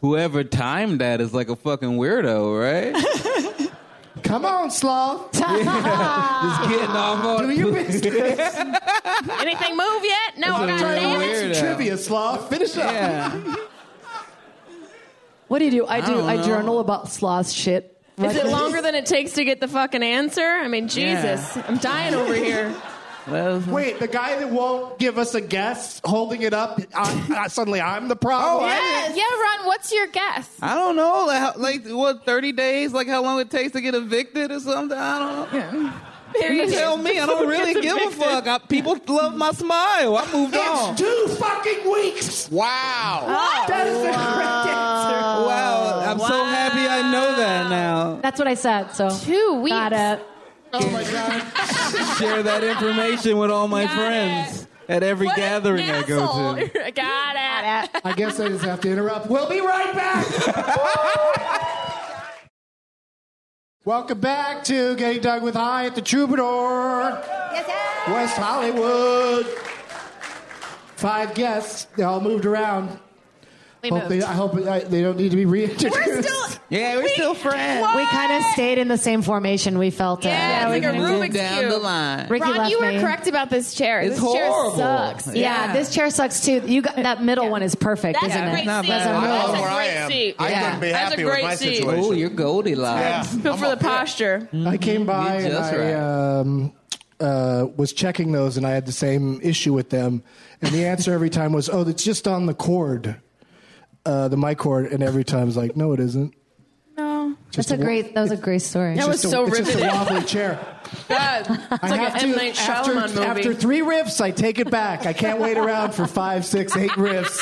S2: whoever timed that is like a fucking weirdo, right?
S1: Come on, sloth.
S2: just getting off on
S1: Do your business.
S3: Anything move yet? No,
S2: That's a
S3: goddamn
S2: weird-
S3: it.
S1: Some
S2: Weirdo.
S1: trivia, sloth. Finish up.
S2: Yeah.
S7: What do you do? I do.
S2: don't
S7: I,
S2: know.
S7: journal about sloth shit.
S3: Is it longer than it takes to get the fucking answer? I mean, Jesus, I'm dying over here.
S2: Well,
S1: Wait, the guy that won't give us a guess, holding it up, I, I- suddenly I'm the problem.
S5: Yeah, Ron, what's your guess?
S2: I don't know, like, how, like what, thirty days? Like how long it takes to get evicted or something? I don't know.
S3: Here
S2: You
S3: you
S2: tell me. I don't really give a fuck. I, people love my smile. I moved on.
S1: It's two fucking weeks.
S3: Oh,
S6: Wow.
S1: That is the correct answer.
S2: wow, I'm so happy I know that now.
S4: That's what I said. So
S5: Two weeks.
S4: got it.
S1: Oh my god.
S2: Share that information with all my
S3: Got
S2: friends at every
S3: What an
S2: gathering I go
S3: asshole.
S2: to.
S3: Got it.
S1: I guess I just have to interrupt. We'll be right back. Welcome back to Getting Dug with High at the Troubadour, West Hollywood. Five guests. They all moved around. Hope they- I hope I, they don't need to be reintroduced.
S3: We're still.
S2: Yeah, we're still friends.
S3: What?
S4: We kind of stayed in the same formation. We felt
S3: Yeah,
S4: it.
S3: it's like a Rubik's
S2: down
S3: cube.
S2: the line.
S4: Ricky
S5: Ron,
S4: left
S5: you were
S4: me.
S5: correct about this chair.
S2: It's
S5: this chair
S2: horrible.
S5: sucks.
S4: Yeah, this chair sucks too. You got that middle one is perfect,
S3: That's
S4: isn't
S3: a great
S4: it?
S2: Not
S3: seat.
S2: bad.
S6: I
S3: That's
S6: love
S3: a
S6: where I
S3: great
S6: am.
S3: seat.
S6: I
S2: Yeah.
S6: couldn't be
S3: That's a
S6: happy with
S3: great
S6: my
S3: seat.
S6: situation.
S2: Oh, you're Goldilocks.
S6: yeah.
S3: Built for the posture.
S1: I came by
S2: You
S1: and
S2: just
S1: I
S2: right.
S1: um, uh, was checking those, and I had the same issue with them. And the answer every time was, "Oh, it's just on the cord, uh, the mic cord." And every time it's like, "No, it isn't."
S5: No.
S4: That's a great. That was a great story.
S3: That was
S1: It's a-
S3: so
S1: it's just a
S3: riveting.
S1: wobbly chair.
S3: God, it's like an M Night
S1: after,
S3: Shyamalan movie.
S1: after three riffs, I take it back. I can't wait around for five, six, eight riffs.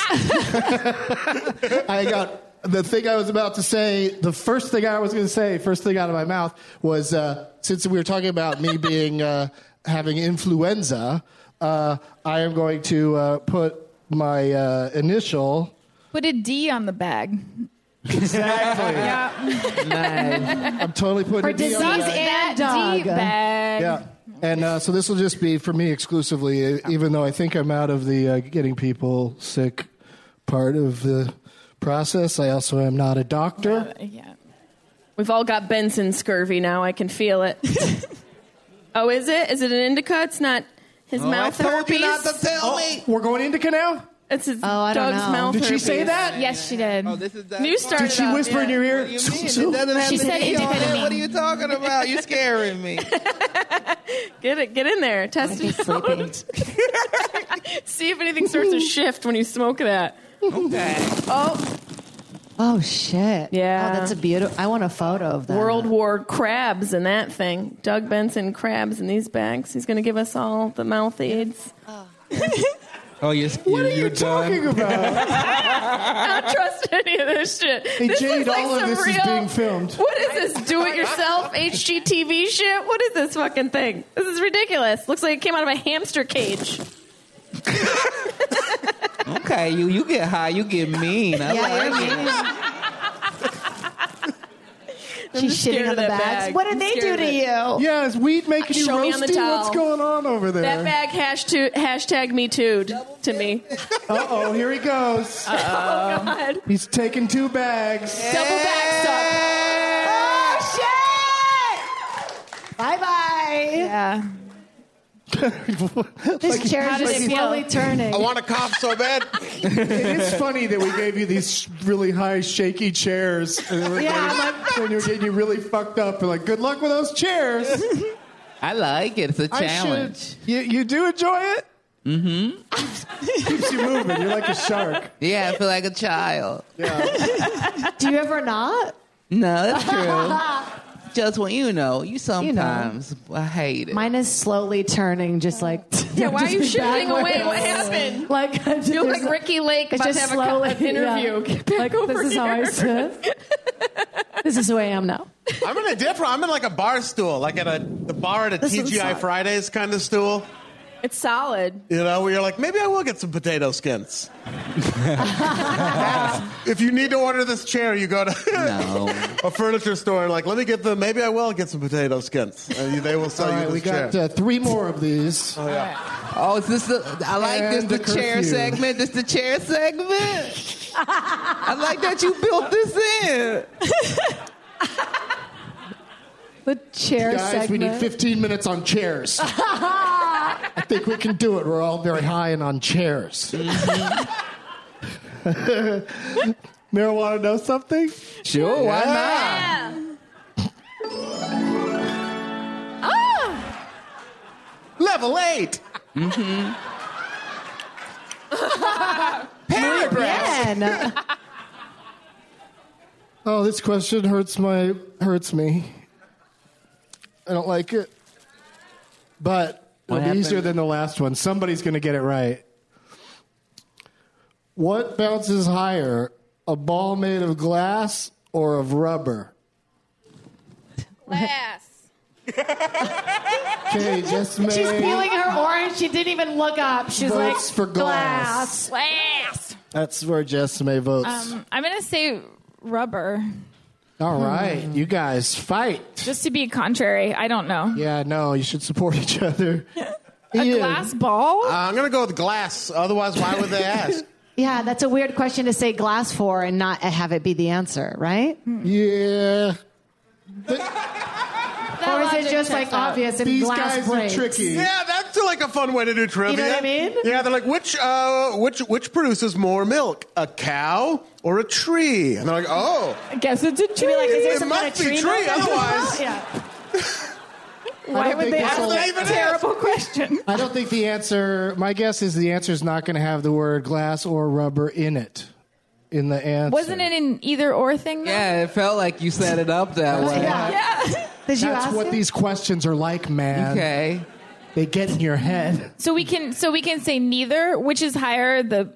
S1: I got the thing I was about to say. The first thing I was going to say, first thing out of my mouth was uh, since we were talking about me being uh, having influenza, uh, I am going to uh, put my uh, initial.
S5: Put a D on the bag.
S1: Exactly.
S5: Yeah.
S1: I'm totally putting
S4: For
S1: a D on
S4: disease
S1: that.
S4: and
S5: D
S4: dog.
S5: bag.
S1: Yeah. And uh, so this will just be for me exclusively, e- even though I think I'm out of the uh, getting people sick part of the process. I also am not a doctor.
S5: Yeah.
S3: We've all got Benson scurvy now. I can feel it. oh, is it? Is it an indica? It's not his
S2: Oh, I
S3: mouth
S2: told you
S3: herpes.
S2: not to tell me.
S1: We're going into canal?
S3: It's his
S4: Oh, I don't
S3: dog's
S4: know.
S3: mouth
S1: Did she say
S3: herpes.
S1: that?
S5: Yes, she did.
S6: Oh,
S2: this is that
S3: You
S2: part.
S3: started
S1: Did she
S3: out,
S1: whisper in
S3: yeah.
S1: your ear?
S2: What do you mean? It doesn't have
S5: She
S2: to
S5: said
S2: be on
S5: indicated
S2: it.
S5: me.
S2: What are you talking about? You're scaring me.
S3: Get it. Get in there. Test
S4: He's
S3: it. out.
S4: sleeping.
S3: See if anything starts to shift when you smoke that. Oh,
S4: Oh shit!
S3: Yeah.
S4: Oh, that's a beautiful. I want a photo of that.
S3: World War crabs and that thing. Doug Benson crabs in these bags. He's going to give us all the mouth aids.
S2: Oh, you're,
S1: What are you talking about?
S3: I don't trust any of this shit.
S1: Hey,
S3: this
S1: Jade,
S3: looks like
S1: all of
S3: some
S1: this
S3: real,
S1: is being filmed.
S3: What is this do-it-yourself HGTV shit? What is this fucking thing? This is ridiculous. Looks like it came out of a hamster cage.
S2: Okay, you you get high, you get mean. I like it.
S4: She's
S3: just scared
S4: shitting
S3: of
S4: on the
S3: that
S4: bags.
S3: bag.
S4: What did
S3: I'm
S4: they do
S3: scared
S4: to
S3: of it.
S4: you?
S1: yeah, is weed making you
S3: Uh, Show me on the
S1: roasty? What's
S3: towel.
S1: going on over
S3: That
S1: there?
S3: bag hashtag, hashtag me too to me.
S1: Uh oh, here he goes.
S3: God.
S1: He's taking two bags.
S3: Double back suck.
S4: Oh shit! Bye bye.
S5: Yeah.
S4: This chair is
S5: How did
S4: just
S5: it feel?
S4: slowly turning.
S6: I want to cough so bad.
S9: It is funny that we gave you these sh- really high, shaky chairs. And we're
S4: Yeah,
S9: getting,
S4: I'm
S9: when you're getting you really fucked up. And like, good luck with those chairs.
S2: I like it. It's a
S9: I
S2: challenge.
S9: should. You, you do enjoy it?
S3: Mm-hmm.
S9: Mm hmm. Keeps, keeps you moving. You're like a shark.
S2: Yeah, I feel like a child.
S4: Do you ever not?
S2: No, that's true. Just when you know, you sometimes I hate it.
S4: Mine is slowly turning, just like
S3: Yeah, why are
S4: just
S3: you
S4: be
S3: shifting away? What
S4: backwards.
S3: happened?
S4: Like I just,
S3: You look
S4: there's
S3: like
S4: a-
S3: Ricky Lake
S4: It's
S3: about
S4: just
S3: to have
S4: slowly
S3: a, an interview.
S4: yeah.
S3: Get back
S4: like
S3: over
S4: this is
S3: here.
S4: how I sit. this is who I am now.
S6: I'm in a different. I'm in like a bar stool, like at a the bar at a
S4: This one's
S6: TGI
S4: solid.
S6: Fridays kind of stool.
S3: It's solid.
S6: You know, where you're like, maybe I will get some potato skins. if you need to order this chair, you go to
S2: No.
S6: a furniture store and like, let me get the. Maybe I will get some potato skins, and they will sell
S1: All right,
S6: you
S1: we
S6: this chair.
S1: got uh, three more of these.
S2: Oh, is this the? I like this
S1: And
S2: the,
S1: the
S2: chair
S1: curfew.
S2: segment. This the chair segment. I like that you built this in.
S7: The chair
S1: Guys,
S7: segment.
S1: we need 15 minutes on chairs. I think we can do it. We're all very high and on chairs.
S9: Meryl, want to know something?
S2: Mm-hmm. Sure, why not?
S1: Oh!
S6: Level eight.
S2: Mm-hmm.
S4: Man,
S1: Oh, this question hurts my hurts me. I don't like it. But it'll
S2: What
S1: be easier
S2: happened?
S1: than the last one. Somebody's going to get it right. What bounces higher, a ball made of glass or of rubber?
S5: Glass.
S1: Okay, just made.
S4: she's peeling her orange. She didn't even look up. She's
S1: Votes
S4: like
S1: for glass.
S5: Glass.
S1: That's where Jess May votes.
S5: Um, I'm going to say rubber
S1: All right, you guys fight.
S5: just to be contrary. I don't know.
S1: Yeah, no, you should support each other.
S5: A
S1: Ian,
S5: glass ball?
S6: Uh, I'm gonna go with glass. Otherwise, why would they ask?
S4: Yeah, that's a weird question to say glass for and not have it be the answer, right?
S1: Yeah,
S4: or is it just like obvious if
S1: these
S4: glass
S1: guys
S4: breaks?
S1: are tricky.
S6: Yeah, that's like a fun way to do trivia.
S4: what I mean?
S6: Yeah, they're like, which uh, which which produces more milk, a cow or a tree? And they're like, oh,
S5: I guess it's a tree.
S4: Be like, is there
S6: It
S4: some
S6: must
S4: kind of
S6: be
S4: tree?
S6: tree,
S4: milk that's out?
S6: otherwise-
S4: yeah.
S5: Why would
S1: think
S5: they
S1: this
S5: ask
S1: will-
S5: that
S6: Even if-
S5: terrible question?
S1: I don't think the answer. My guess is the answer is not going to have the word glass or rubber in it. In the answer,
S5: Wasn't it an either or thing? Though?
S2: Yeah, it felt like you set it up that way.
S4: Yeah. Did you
S1: That's
S4: ask
S1: what
S4: it?
S1: these questions are like, man.
S2: Okay.
S1: They get in your head.
S5: So we can so we can say neither, which is higher, the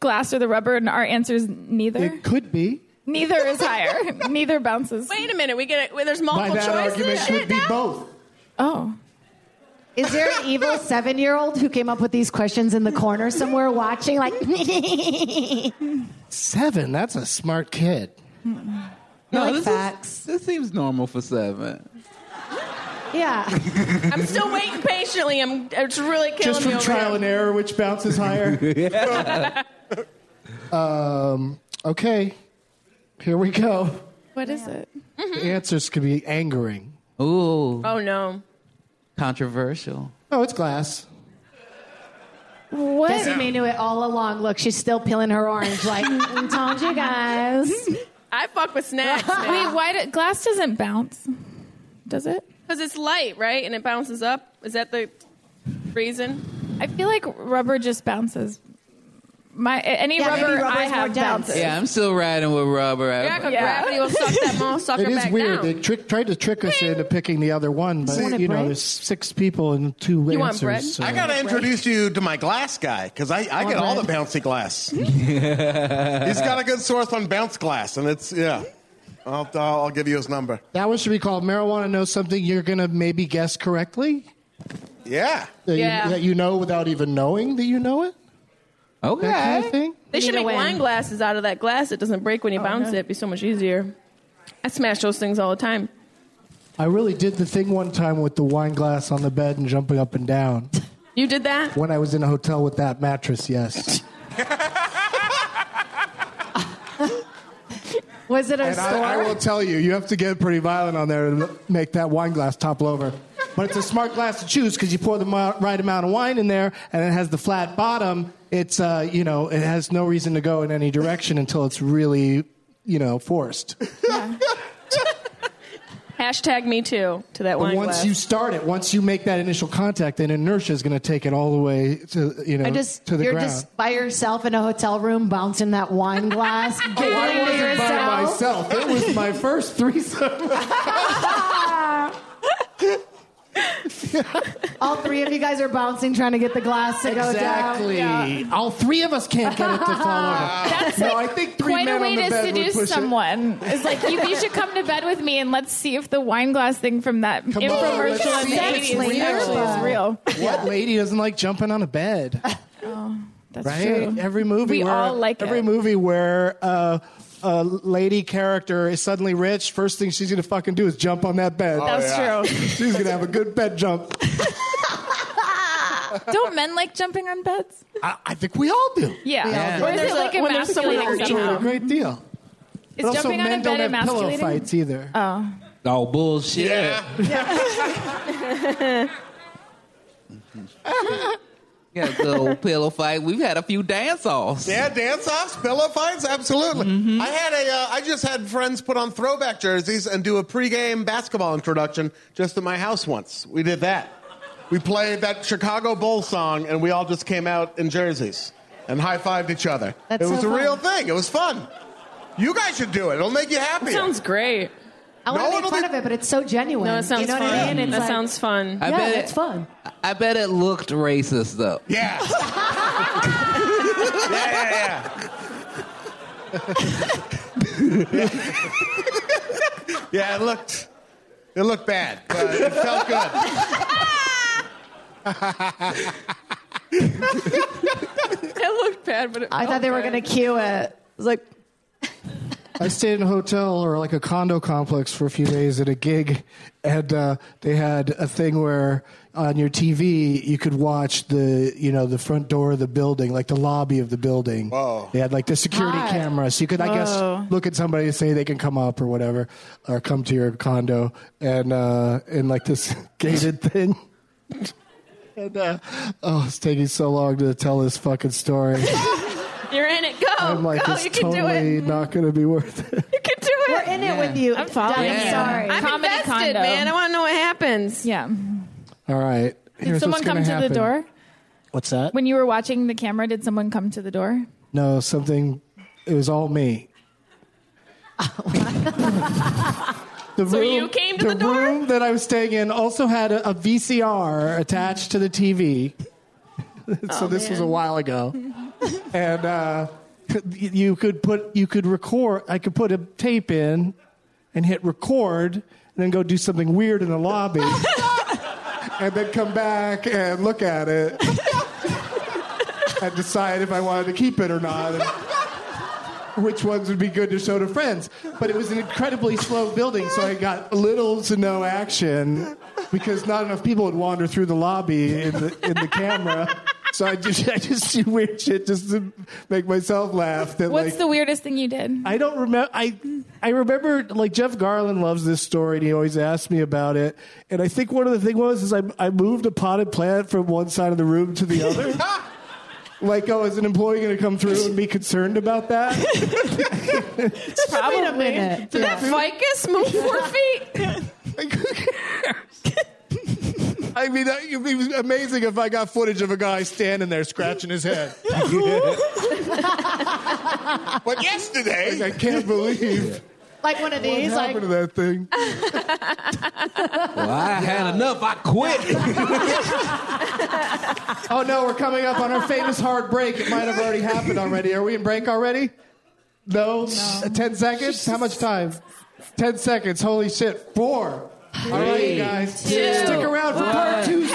S5: glass or the rubber, and our answer is neither.
S1: It could be.
S5: neither is higher. neither bounces.
S3: Wait a minute. We get it. There's
S1: By
S3: multiple
S1: that
S3: choices.
S1: argument, could be both.
S5: Oh.
S4: Is there an evil seven year old who came up with these questions in the corner somewhere watching? Like,
S1: Seven. That's a smart kid.
S2: No,
S4: like
S2: this,
S4: facts.
S2: Is, this seems normal for seven.
S4: yeah.
S3: I'm still waiting patiently. I'm. It's really killing
S9: Just
S3: me
S9: from
S3: over
S9: trial
S3: here.
S9: and error, which bounces higher.
S1: Okay, here we go.
S5: What is it?
S1: The answers could be angering.
S2: Ooh,
S3: Oh no.
S2: controversial.
S1: Oh, it's glass.
S5: What?
S4: Jesse May knew it all along. Look, she's still peeling her orange. Like, "Mm, told you guys.
S3: I fuck with snacks,
S4: Ah.
S5: Wait, why do, glass doesn't bounce? Does it?
S3: Because it's light, right? And it bounces up. Is that the reason?
S5: I feel like rubber just bounces. My any
S4: Yeah, maybe
S5: rubber
S4: rubber
S5: I
S4: is more
S5: have
S4: dense.
S5: bounces.
S2: Yeah, I'm still riding with rubber.
S3: Yeah, 'cause
S5: Yeah.
S3: gravity will suck that motherfucker
S1: It is
S3: back
S1: weird.
S3: down.
S1: They trick, tried to trick us into picking the other one, but you know,
S4: bread?
S1: there's six people and two answers.
S3: want bread?
S1: so-
S6: I gotta introduce you to my glass guy because I, I get all the bouncy glass. He's got a good source on bounce glass, and it's yeah. I'll, I'll, I'll give you his number.
S1: That one should be called marijuana. Know something you're gonna maybe guess correctly
S6: Yeah.
S1: that,
S3: Yeah.
S1: you, that you know without even knowing that you know it.
S2: Okay.
S1: That kind of thing.
S3: They should
S4: need
S3: make
S4: to win. Oh,
S3: wine glasses out of that glass. It doesn't break when you bounce it. It'd be so much easier. I smash those things all the time.
S1: I really did the thing one time with the wine glass on the bed and jumping up and down
S3: You did that?
S1: when I was in a hotel with that mattress. Yes.
S4: Was it a
S9: And
S4: store?
S9: I, I will tell you, you have to get pretty violent on there to make that wine glass topple over. But it's a smart glass to choose because you pour the mi- right amount of wine in there, and it has the flat bottom. It's uh, you know, it has no reason to go in any direction until it's really, you know, forced.
S3: Hashtag me too to that
S9: But
S3: wine
S9: once
S3: glass.
S9: you start it, once you make that initial contact, then inertia is going to take it all the way to you know
S4: I just
S9: to the
S4: you're
S9: ground.
S4: just by yourself in a hotel room bouncing that wine glass,
S9: Oh,
S4: giggling
S9: I
S4: to
S9: wasn't by
S4: yourself.
S9: myself. It was my first threesome.
S4: All three of you guys are bouncing, trying to get the glass to go
S9: Exactly.
S4: down.
S9: All three of us can't get it to fall over.
S5: That's
S9: No,
S5: like
S9: I think three
S5: quite
S9: men
S5: a
S9: on
S5: way
S9: the
S5: to
S9: bed would push
S5: seduce
S9: it.
S5: someone. It's like you, you should come to bed with me and let's see if the wine glass thing from that
S9: Come on,
S5: infomercial
S9: let's
S5: in
S9: see
S5: the
S9: if it's
S5: eighties
S9: real.
S5: actually is real.
S9: What lady doesn't like jumping on a bed?
S5: That's
S9: Right?
S5: true.
S9: Every movie
S5: We
S9: where
S5: all like
S9: every
S5: it.
S9: movie where uh, a lady character is suddenly rich, first thing she's gonna fucking do is jump on that bed.
S5: That's
S6: yeah.
S5: true.
S9: She's gonna have a good bed jump.
S5: Don't men like jumping on beds?
S9: I, I think we all do.
S5: Yeah.
S2: Yeah.
S5: Or is
S3: There's
S5: it
S3: a-
S5: like
S3: when there's someone
S5: emasculating
S3: that's
S9: Enjoy it a
S5: somehow?
S9: great deal.
S5: Is
S9: But also,
S5: jumping on a
S9: men
S5: bed
S9: don't have pillow
S5: emasculating?
S9: fights either.
S2: Oh, bullshit. Yeah, good old pillow fight. We've had a few dance offs.
S6: Yeah, dance offs, pillow fights, absolutely.
S4: Mm-hmm.
S6: I had a, uh, I just had friends put on throwback jerseys and do a pregame basketball introduction just at my house once. We did that. We played that Chicago Bowl song and we all just came out in jerseys and high fived each other.
S4: That's
S6: it was
S4: so
S6: a
S4: fun.
S6: real thing. It was fun. You guys should do it. It'll make you happy.
S3: sounds great.
S4: I want to
S6: No, it'll
S4: make fun
S6: be-
S4: of it, but it's so genuine.
S3: No, it sounds
S4: you know
S3: fun.
S4: what I mean? It's
S3: that
S4: like,
S3: sounds fun.
S2: I
S4: yeah,
S2: bet
S4: it's
S2: it,
S4: fun.
S2: I bet it looked racist though.
S6: Yeah. yeah, yeah, yeah. yeah, it looked it looked bad, but it felt good.
S3: It looked bad, but it
S4: I thought they were gonna cue it. I was like,
S9: I stayed in a hotel or like a condo complex for a few days at a gig, and uh, they had a thing where on your TV you could watch the you know the front door of the building, like the lobby of the building.
S6: Whoa.
S9: They had like the security
S4: Hot.
S9: camera, so you could I guess look at somebody and say they can come up or whatever, or come to your condo and uh, in like this gated thing. and uh, oh, it's taking so long to tell this fucking story.
S3: You're in it. Go.
S9: I'm like,
S3: go.
S9: it's
S3: You can do
S9: totally
S3: it.
S9: not going to be worth it.
S3: You can do
S4: "We're
S3: it.
S4: in it with you."
S5: I'm following
S4: Doug,
S2: you.
S4: I'm sorry.
S3: I'm
S5: Comedy
S3: invested,
S5: condo.
S3: man. I want to know what happens.
S5: Yeah.
S9: All right.
S5: Did
S9: Here's
S5: someone
S9: what's
S5: come
S9: gonna
S5: to
S9: happen.
S5: the door?
S9: What's that?
S5: When you were watching the camera, did someone come to the door?
S9: no, something. It was all me. the
S3: So
S9: room,
S3: you came to the door?
S9: room that I was staying in also had a, a VCR attached to the TV. so this was a while ago, and uh, you could put you could record. I could put a tape in and hit record, and then go do something weird in the lobby, and then come back and look at it and decide if I wanted to keep it or not. and which ones would be good to show to friends. But it was an incredibly slow building, so I got little to no action because not enough people would wander through the lobby in the, in the camera. So I just I just do weird shit just to make myself laugh. That
S5: What's
S9: like,
S5: the weirdest thing you did?
S9: I don't remember. I I remember like Jeff Garland loves this story, and he always asks me about it. And I think one of the thing was is I I moved a potted plant from one side of the room to the other. like, oh, is an employee going to come through and be concerned about that?
S5: Probably.
S4: Wait a minute.
S3: Did that ficus move four feet?
S9: Like, who cares? I mean, that- it'd be amazing if I got footage of a guy standing there scratching his head.
S6: But
S9: Like,
S6: yesterday,
S9: I can't believe
S4: Like one of
S9: what
S4: these.
S9: happened
S4: Like,
S9: to that thing.
S2: Well, I had enough. I quit.
S9: Oh no, we're coming up on our famous hard break. It might have already happened already. Are we in break already? No. Uh, Ten seconds. How much time? Ten seconds. Holy shit. Four. All right, you guys. Stick around for part two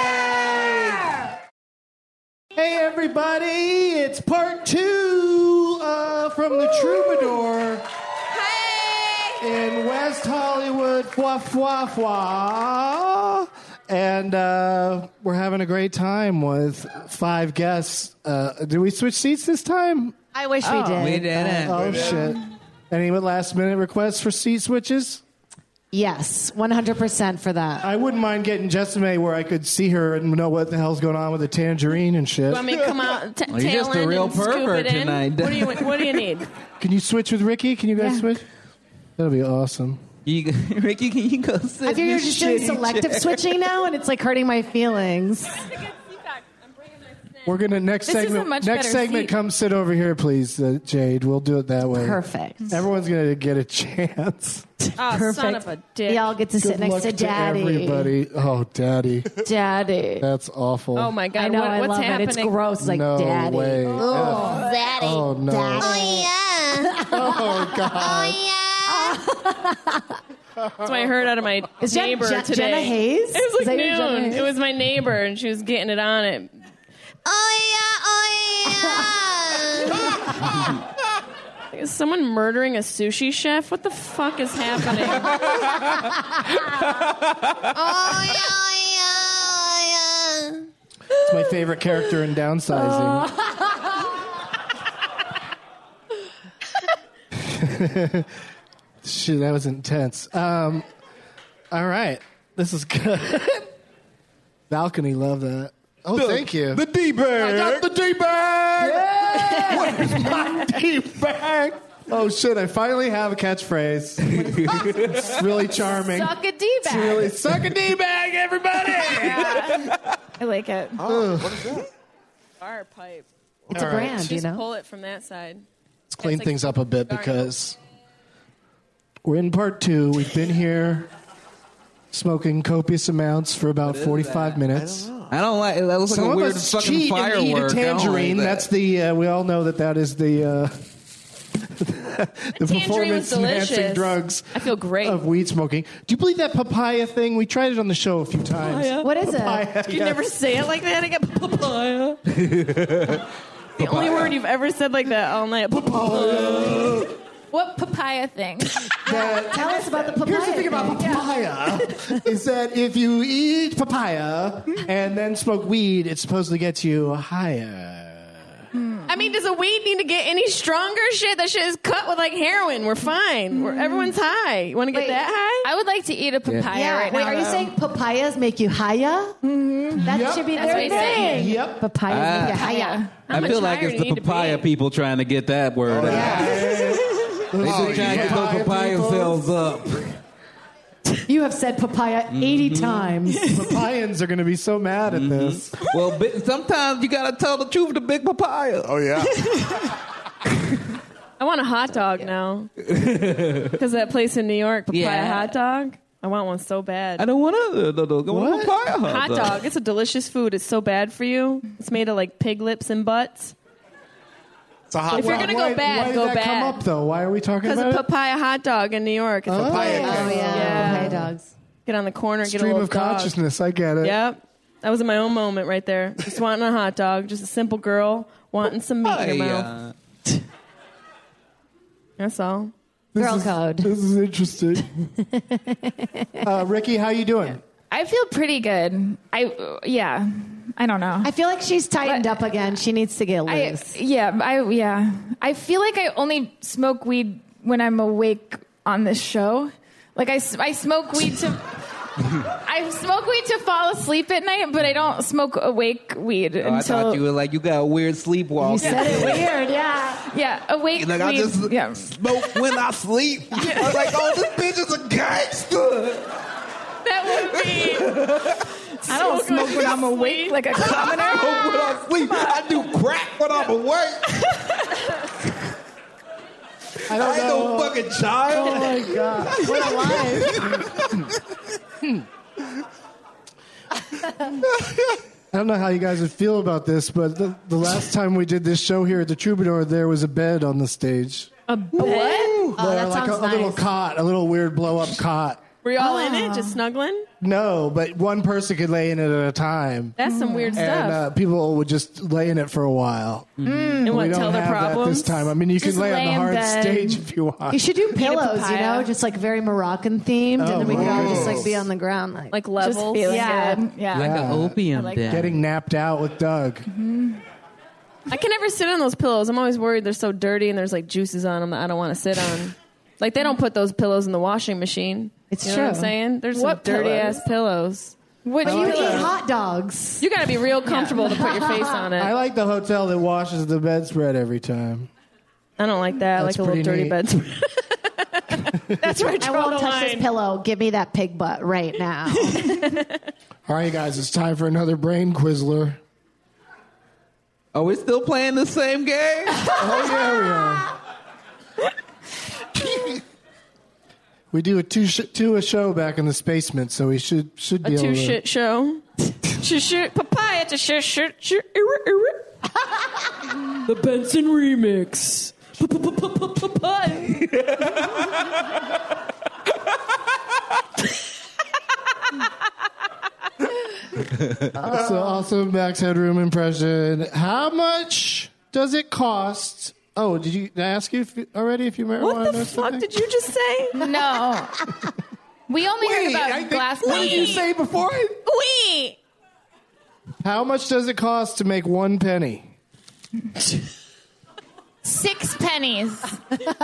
S9: somewhere. Hey everybody, it's part two uh, from the Troubadour in West Hollywood, foie foie foie. and uh, we're having a great time with five guests. Uh, did we switch seats this time?
S4: I wish
S9: Oh.
S4: we did.
S2: We didn't.
S9: Oh shit! Any last minute requests for seat switches?
S4: Yes, 100% for that.
S9: I wouldn't mind getting Jessamay where I could see her and know what the hell's going on with the tangerine and shit.
S3: Want me to come out t-
S2: you're
S3: tail
S2: just a
S3: end
S2: real
S3: and scoop
S2: pervert
S3: it in?
S2: tonight.
S3: What do you What do you need?
S9: Can you switch with Ricky? Can you guys switch? That'll be awesome.
S2: You, Ricky, can you go sit?
S4: I
S2: in
S4: feel you're
S2: this
S4: just doing
S2: shitty
S4: selective
S2: chair?
S4: switching now, and it's like hurting my feelings.
S9: We're gonna next
S5: This is a
S9: segment.
S5: much
S9: next
S5: better
S9: segment,
S5: seat.
S9: come sit over here, please, uh, Jade. We'll do it that way.
S4: Perfect.
S9: Everyone's gonna get a chance.
S3: Oh, son
S4: Perfect.
S3: of a dick.
S4: We all get to
S9: Good
S4: sit next
S9: luck
S4: to daddy.
S9: everybody. Oh, daddy,
S4: Daddy.
S9: that's awful.
S3: Oh my god!
S4: I know,
S3: what-
S4: I
S3: what's
S4: love
S3: happening?
S4: it. It's gross, like
S9: no
S4: daddy.
S9: way. Oh,
S4: Daddy.
S9: Oh, no.
S4: yeah.
S9: god.
S3: That's what I heard out of my
S4: Is Jen-
S3: neighbor
S4: Jen-
S3: today.
S4: Jenna Hayes?
S3: It was
S4: Is
S3: like
S4: that your Jenna
S3: noon.
S4: Hayes?
S3: It was my neighbor, and she was getting it on it. Is someone murdering a sushi chef? What the fuck is happening?
S9: It's my favorite character in
S5: Oh.
S9: downsizing. Shit, that was intense. Um, all right, this is good. Balcony, love that. Oh, thank you.
S6: The D
S9: I
S6: bag.
S9: got the D bag. Where's my D bag? Oh shit! I finally have a catchphrase. it's really charming.
S5: Suck a D bag.
S9: Really, suck a D bag, everybody.
S5: I like it.
S3: Fire pipe.
S4: It's a
S9: All right.
S4: brand, you
S3: Just
S4: know?
S3: pull it from that side.
S9: Let's clean
S3: It's like-
S9: things up a bit
S3: Sorry.
S9: because we're in part two. We've been here smoking copious amounts for about forty-five minutes.
S2: I don't like. That looks like
S9: Some
S2: a
S9: of
S2: weird
S9: us
S2: fucking
S9: cheat
S2: firework.
S9: and eat a
S2: I don't like
S9: tangerine.
S2: that.
S9: That's the uh, we all know that that is the uh, the
S3: Tangerine was
S9: performance enhancing
S3: delicious.
S9: drugs
S3: I feel great.
S4: Oh,
S9: of weed smoking. Do you believe that papaya thing? We tried it on the show a few times.
S4: What is it?
S9: Papaya,
S3: You
S9: yeah.
S3: never say it like that. I get papaya. the only word you've ever said like that all night. Papaya.
S5: What papaya thing?
S9: That-
S4: Tell us about the papaya.
S9: Here's the thing about papaya is that if you eat papaya and then smoke weed, it supposedly gets you higher.
S3: I mean, does a weed need to get any stronger? Shit, that shit is cut with like heroin. We're fine. We're, everyone's high. You want to get
S4: Wait.
S3: that high?
S5: I would like to eat a papaya
S4: Yeah,
S5: right
S4: wait,
S5: now.
S4: are you
S5: though.
S4: saying papayas make you higher? Mm-hmm. That
S9: Yep.
S4: should be
S5: That's
S4: their
S5: what he said.
S4: thing.
S9: Yep.
S4: Papayas
S2: Ah.
S4: make you higher.
S2: I feel like
S3: tired
S2: it's the
S3: you need to
S2: papaya
S3: be.
S2: people trying to get that word out. They just
S9: Oh,
S2: trying to go papaya cells up.
S4: You have said papaya 80 times.
S9: Papayans are going to be so mad
S2: Mm-hmm.
S9: at this.
S2: Well, bi- sometimes you gotta tell the truth to big papaya.
S6: Oh yeah.
S3: I want a hot dog now. Because that place in New York, papaya
S2: Yeah.
S3: hot dog. I want one so bad.
S2: I don't want to. No, no, go
S9: What?
S2: on papaya
S3: Hot
S2: hot
S3: dog. It's a delicious food. It's so bad for you. It's made of like pig lips and butts.
S6: It's a hot
S3: If you're
S6: dog.
S3: gonna
S9: Uh, why,
S3: go bad,
S9: why did
S3: go
S9: that come
S3: bad.
S9: up though? Why are we talking
S3: Because
S9: about
S3: of
S9: it?
S3: papaya hot dog in New York. It's a
S6: Papaya
S4: Oh,
S6: cake.
S4: yeah.
S3: Yeah.
S4: Papaya dogs.
S3: get on the corner, get a
S9: Stream
S3: little
S9: of
S3: dog.
S9: consciousness. I get it.
S3: Yep. That was in my own moment right there. Just wanting a hot dog. Just a simple girl wanting some meat in her mouth. That's all.
S4: Girl code.
S9: This is interesting. uh, Ricky, how you doing?
S5: I feel pretty good. I yeah. I don't know.
S4: I feel like she's tightened up again. She needs to get
S5: I
S4: loose.
S5: yeah. I yeah. I feel like I only smoke weed when I'm awake on this show. Like I, s- I smoke weed to I smoke weed to fall asleep at night, but I don't smoke awake weed
S2: Oh, I
S5: until
S2: thought you were like you got a weird sleepwalk.
S4: you said it weird, yeah.
S5: yeah awake
S2: Like
S5: weed.
S2: I just
S5: yeah.
S2: smoke when I sleep. I was like, oh, this bitch is a gangster.
S5: That would be. I don't smoke when I'm awake, like a commoner.
S2: Smoke Oh, when I sleep. I do crack when I'm awake.
S9: I
S2: I
S9: don't
S2: ain't no
S9: know.
S2: fucking child.
S9: Oh my god.
S4: We're alive.
S9: I don't know how you guys would feel about this, but the, the last time we did this show here at the Troubadour, there was a bed on the stage.
S4: what? Oh,
S9: There,
S4: that
S9: like a,
S4: sounds
S9: a little
S4: nice.
S9: cot, a little weird blow up cot.
S3: Ah. Were you all in it? Just snuggling?
S9: no, but one person could lay in it at a time.
S3: That's some weird
S9: And
S3: stuff.
S9: uh, people would just lay in it for a while.
S3: and
S9: We
S3: what,
S9: don't
S3: tell their
S9: have that
S3: problems?
S9: this time. I mean, you
S5: Just
S9: can lay,
S5: lay
S9: on
S5: in
S9: the hard
S5: bed.
S9: stage if you want.
S4: You should do
S5: a
S4: pillows, you
S5: papaya.
S4: know, just like very Moroccan themed, and
S9: Oh,
S4: then we could all
S9: Moroccan.
S4: just like be on the ground, like,
S3: like
S5: Just
S3: levels.
S5: feeling
S4: Yeah.
S5: good. Yeah.
S2: Like an
S9: Yeah.
S2: opium
S5: like
S2: den.
S9: Getting napped out with Doug.
S4: Mm-hmm.
S3: I can never sit on those pillows. I'm always worried they're so dirty and there's like juices on them that I don't want to sit on. like they don't put those pillows in the washing machine.
S4: It's
S3: you know What I'm
S4: true.
S3: saying there's
S5: What
S3: some dirty
S5: pillows?
S3: ass pillows.
S5: Would
S4: you
S5: you
S4: eat hot dogs.
S3: You got to be real comfortable to put your face on it.
S9: I
S3: I,
S9: like the hotel that washes the bedspread every time.
S3: don't like that. I like
S9: That's
S3: a little
S9: pretty
S3: dirty
S9: neat.
S3: bed. That's where I
S4: I
S3: draw
S4: won't
S3: the
S4: touch this
S3: line.
S4: pillow. Give me that pig butt right now.
S9: All right, guys, it's time for another brain quizzler.
S2: Are we still playing the same game?
S9: Oh, yeah, we are. we do a two, sh- two a show back in the basement, so we should should be
S3: A
S9: able
S3: two
S9: to-
S3: shit show. Shit, shit, papaya to shit, shit, shit, irra, irra. The Benson remix. Papaya.
S9: So awesome Max Headroom impression. How much does it cost? Oh, did you did I ask you if, you- already if you marijuana
S3: What
S9: or
S3: the fuck
S9: something?
S3: did you just say?
S5: No. We only heard about glass
S9: what did
S5: blowing.
S9: you say before? I-
S3: We.
S9: How much does it cost to make one penny?
S5: Six pennies.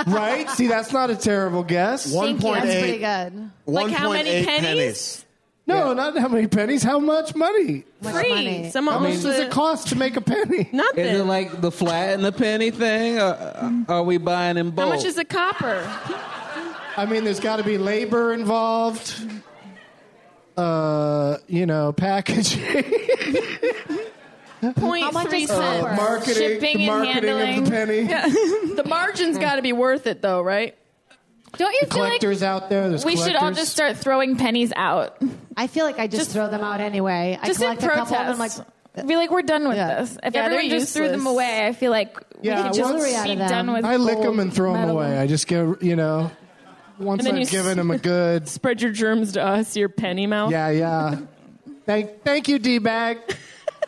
S9: Right? See, that's not a terrible guess.
S4: Thank you. That's pretty
S6: 1.8
S4: good.
S3: Like how many
S6: 1.8
S3: pennies?
S9: No, not how many pennies. How much money?
S4: Much
S3: Free.
S4: money.
S3: Someone
S9: How much
S3: owns
S9: does it
S3: the,
S9: cost to make a penny?
S3: nothing.
S2: Is it like the flat and the penny thing? Or uh, are we buying in
S3: how
S2: bulk?
S3: much is a copper?
S9: I mean, there's got to be labor involved. Uh, you know, packaging,
S3: Point
S4: much
S3: three
S4: is copper?
S3: cents.
S9: marketing,
S5: Shipping
S9: the
S5: and
S9: marketing of
S5: handling.
S9: the penny.
S3: The margin's got to be worth it, though, right?
S5: Don't you feel like
S9: Collectors out there. There's
S5: we should all
S9: collectors.
S5: just start throwing pennies out?
S4: I feel like I just,
S5: Just-
S4: throw them out anyway. I
S5: Just in
S4: collect a couple and I'm like,
S5: protest. Be like, we're done with
S4: Yeah.
S5: this. If
S3: Yeah,
S5: everyone
S3: they're
S5: just threw them
S3: useless.
S5: away, I feel like
S9: Yeah,
S5: we
S9: I
S5: could just
S9: want-
S4: Jewelry out
S5: be
S4: of them.
S5: done with
S9: I lick
S5: gold
S9: them and throw them
S5: medal.
S9: away. I just get, you know, once
S3: then
S9: I've
S3: you s-
S9: given them a good,
S3: Spread your germs to us, your penny mouth.
S9: yeah, yeah. Thank, thank you, D bag.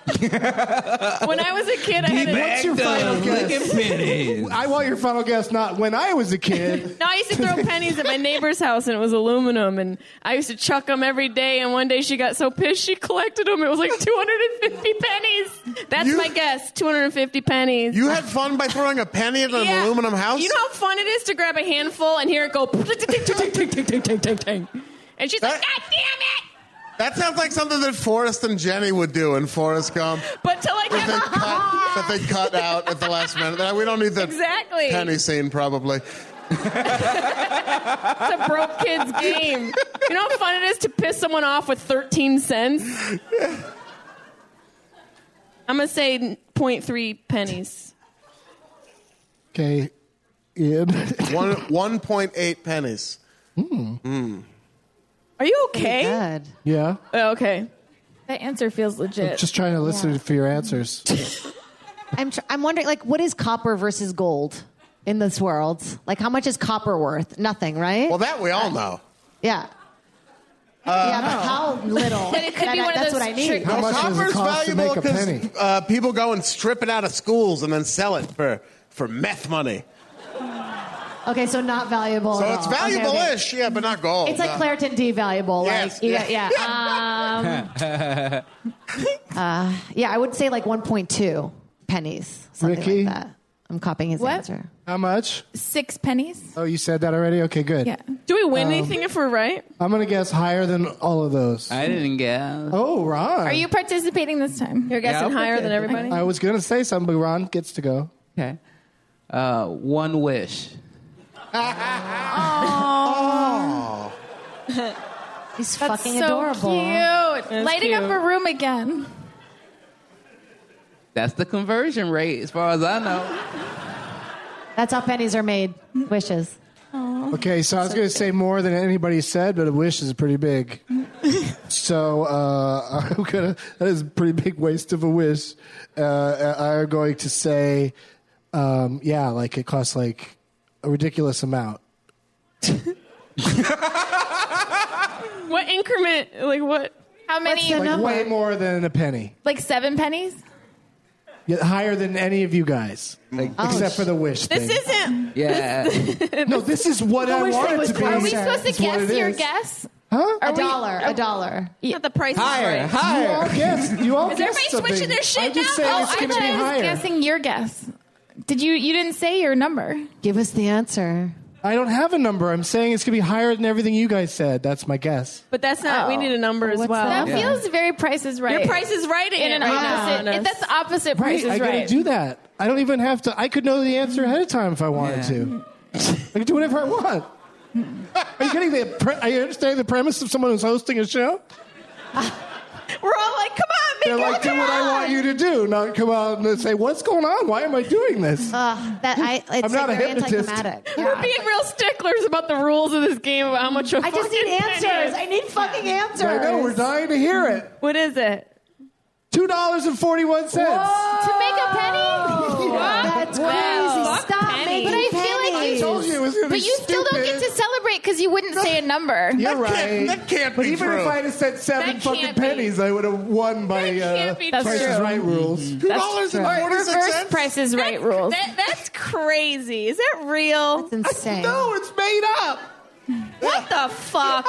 S3: When I was a kid, I had a,
S9: What's your final guess?
S2: Licking pennies.
S9: I want your final guess, not when I was a kid.
S3: no. I used to throw pennies at my neighbor's house, and it was aluminum, and I used to chuck them every day. And one day she got so pissed, she collected them. It was like 250 pennies. That's
S6: You-
S3: my guess. 250 pennies.
S6: You had fun by throwing a penny at an
S3: Yeah.
S6: aluminum house?
S3: You know how fun it is to grab a handful and hear it go, "Ting, ting, ting, ting, ting, ting, ting, ting, ting." and she's like,
S6: That-
S3: God damn
S6: that sounds like something that Forrest and Jenny would do in Forrest Gump.
S3: it! But till I
S6: That they, cut,
S3: get
S6: that they cut out at the last minute. That- We don't need the
S3: Exactly.
S6: penny scene, probably.
S3: it's a broke kid's game. You know how fun it is to piss someone off with 13 cents? I'm going to say 0.3 pennies.
S9: Okay. Yeah.
S6: One, 1.8 pennies.
S3: Are you okay?
S4: good.
S9: yeah.
S3: Oh, okay.
S5: That answer feels legit.
S9: Just trying to listen for your answers.
S4: I'm, tr- I'm wondering, like, what is copper versus gold in this world? Like, how much is copper worth? Nothing, right?
S6: Well, that we all know.
S4: yeah. yeah, but how little?
S5: But it could
S4: That-
S5: be one of
S4: that's
S5: those
S4: what I
S5: trick-
S4: need.
S9: How much does it
S6: Copper's
S9: cost to
S6: valuable
S9: make a penny?
S6: because uh, people go and strip it out of schools and then sell it for, for meth money.
S4: Okay, so not valuable.
S6: So
S4: at
S6: it's
S4: all. Okay, okay.
S6: valuable-ish, yeah, but not gold.
S4: It's like
S6: no.
S4: Claritin D valuable. Like,
S6: Yes.
S4: you got- yeah. Um, uh, yeah, I would say like 1.2 pennies, something
S9: Ricky?
S4: like that. I'm copying his
S5: What?
S4: answer.
S9: How much?
S5: Six pennies?
S9: Oh, you said that already? Okay, good.
S5: Yeah.
S3: Do we
S6: Um,
S3: win anything if we're right?
S9: I'm going to guess higher than all of those.
S2: I didn't get.
S9: oh, Ron.
S5: Are you participating this time?
S3: You're guessing
S2: Yeah, I'll
S3: higher
S2: put
S3: than
S2: it.
S3: everybody?
S9: I was going to say something, but Ron gets to go.
S2: Okay. Uh, one wish.
S4: He's
S5: That's
S4: fucking
S5: so
S4: adorable.
S5: cute.
S3: That's
S5: Lighting up
S3: cute.
S5: a room again.
S2: That's the conversion rate, as far as I know.
S4: That's how pennies are made. Wishes.
S9: Okay, so I was going to say more than anybody said, but a wish is pretty big. so uh, I'm gonna, that is a pretty big waste of a wish. Uh, I'm going to say, um, yeah, like it costs like a ridiculous amount.
S3: What increment? Like what?
S5: How many?
S9: like way more than a penny.
S5: Like seven pennies?
S9: Yeah, higher than any of you guys, except for the wish
S5: This
S9: thing.
S5: isn't.
S2: Yeah.
S9: no, this is what I
S4: wish thing
S9: wanted
S4: was
S9: to be.
S5: Are we
S4: Cents
S5: supposed to
S9: It's what
S5: guess
S9: it
S5: your
S9: is.
S5: guess?
S9: Huh?
S5: Are
S4: A
S5: we-
S4: dollar, a dollar.
S3: Not the price. is
S2: higher,
S3: right.
S9: You
S2: higher.
S9: all guessed. You all
S5: Is
S9: guessed
S5: everybody
S9: something.
S5: switching their shit
S9: I'm just
S5: now?
S9: saying
S5: oh,
S9: it's
S5: I
S9: going to
S5: thought
S9: be
S5: I was
S9: higher.
S5: guessing your guess. Did you? You didn't say your number.
S4: Give us the answer.
S9: I don't have a number. I'm saying it's going to be higher than everything you guys said. That's my guess.
S3: But that's not. We
S5: Oh.
S3: need a number as
S4: What's
S3: well.
S5: That feels very Price is Right.
S3: Your price is right in,
S5: in an
S3: it right now
S5: opposite.
S3: on us.
S5: it- that's the opposite Price
S9: I
S5: is
S9: gotta
S5: Right.
S9: do that. I don't even have to. I could know the answer ahead of time if I wanted
S2: Yeah.
S9: to. I could do whatever I want. Are you getting the? Pre- I understand the premise of someone who's hosting a show.
S3: We're all like, come on, make
S9: They're
S3: it
S9: like, do what I want you to do, not come out and say, "What's going on? Why am I doing this?"
S4: Ugh, that I, it's
S9: I'm not a
S4: like very
S9: hypnotist.
S4: anticlimactic.
S3: We're being real sticklers about the rules of this game about how much a
S4: I just need answers. I need fucking answers.
S9: I know we're dying to hear it.
S3: What is it?
S9: Two dollars and forty-one cents.
S5: To make a penny?
S4: That's crazy. Stop making
S5: But I
S4: pennies.
S5: feel like you.
S9: I told you it was gonna
S5: But
S9: be
S5: you still don't get
S9: stupid.
S5: to celebrate because you wouldn't say a number.
S9: You're
S6: That
S9: right.
S6: can't- that can't
S9: but
S6: be
S9: even
S6: true.
S9: if I had said seven
S3: That
S9: fucking
S3: can't be.
S9: pennies, I would have won by
S3: That
S9: uh,
S3: can't be
S9: Price
S3: true.
S9: is Right rules.
S6: Two dollars and
S5: Or
S6: forty six
S5: reverse
S6: cents.
S5: Price is Right rules.
S3: That, that's crazy. Is that real?
S4: It's insane.
S9: No, it's made up.
S3: What the fuck?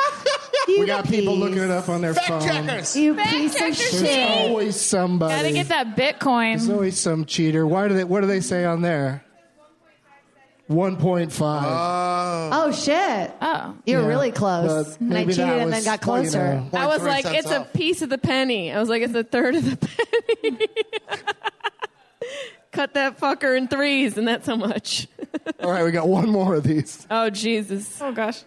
S9: We got people looking it up on their phone.
S6: Fact checkers.
S4: You
S3: Fact
S4: piece
S3: checker
S4: of
S3: shit.
S4: shit.
S9: There's always somebody.
S5: Gotta get that
S9: There's
S5: Bitcoin.
S9: always some cheater. Why do they? What do they say on there? One point five.
S6: Oh.
S4: Oh shit!
S5: Oh.
S4: You're
S9: Yeah.
S4: really close.
S9: But
S4: And I
S9: maybe
S4: cheated
S9: that
S4: and then
S9: was-
S4: got
S9: well, you
S4: closer.
S9: know.
S3: I was
S6: 0.3
S3: like,
S6: cents
S3: it's a
S6: off.
S3: piece of the penny. I was like, it's a third of the penny. Cut that fucker in threes, and that's how much.
S9: All right, we got one more of these.
S3: Oh Jesus! Oh gosh!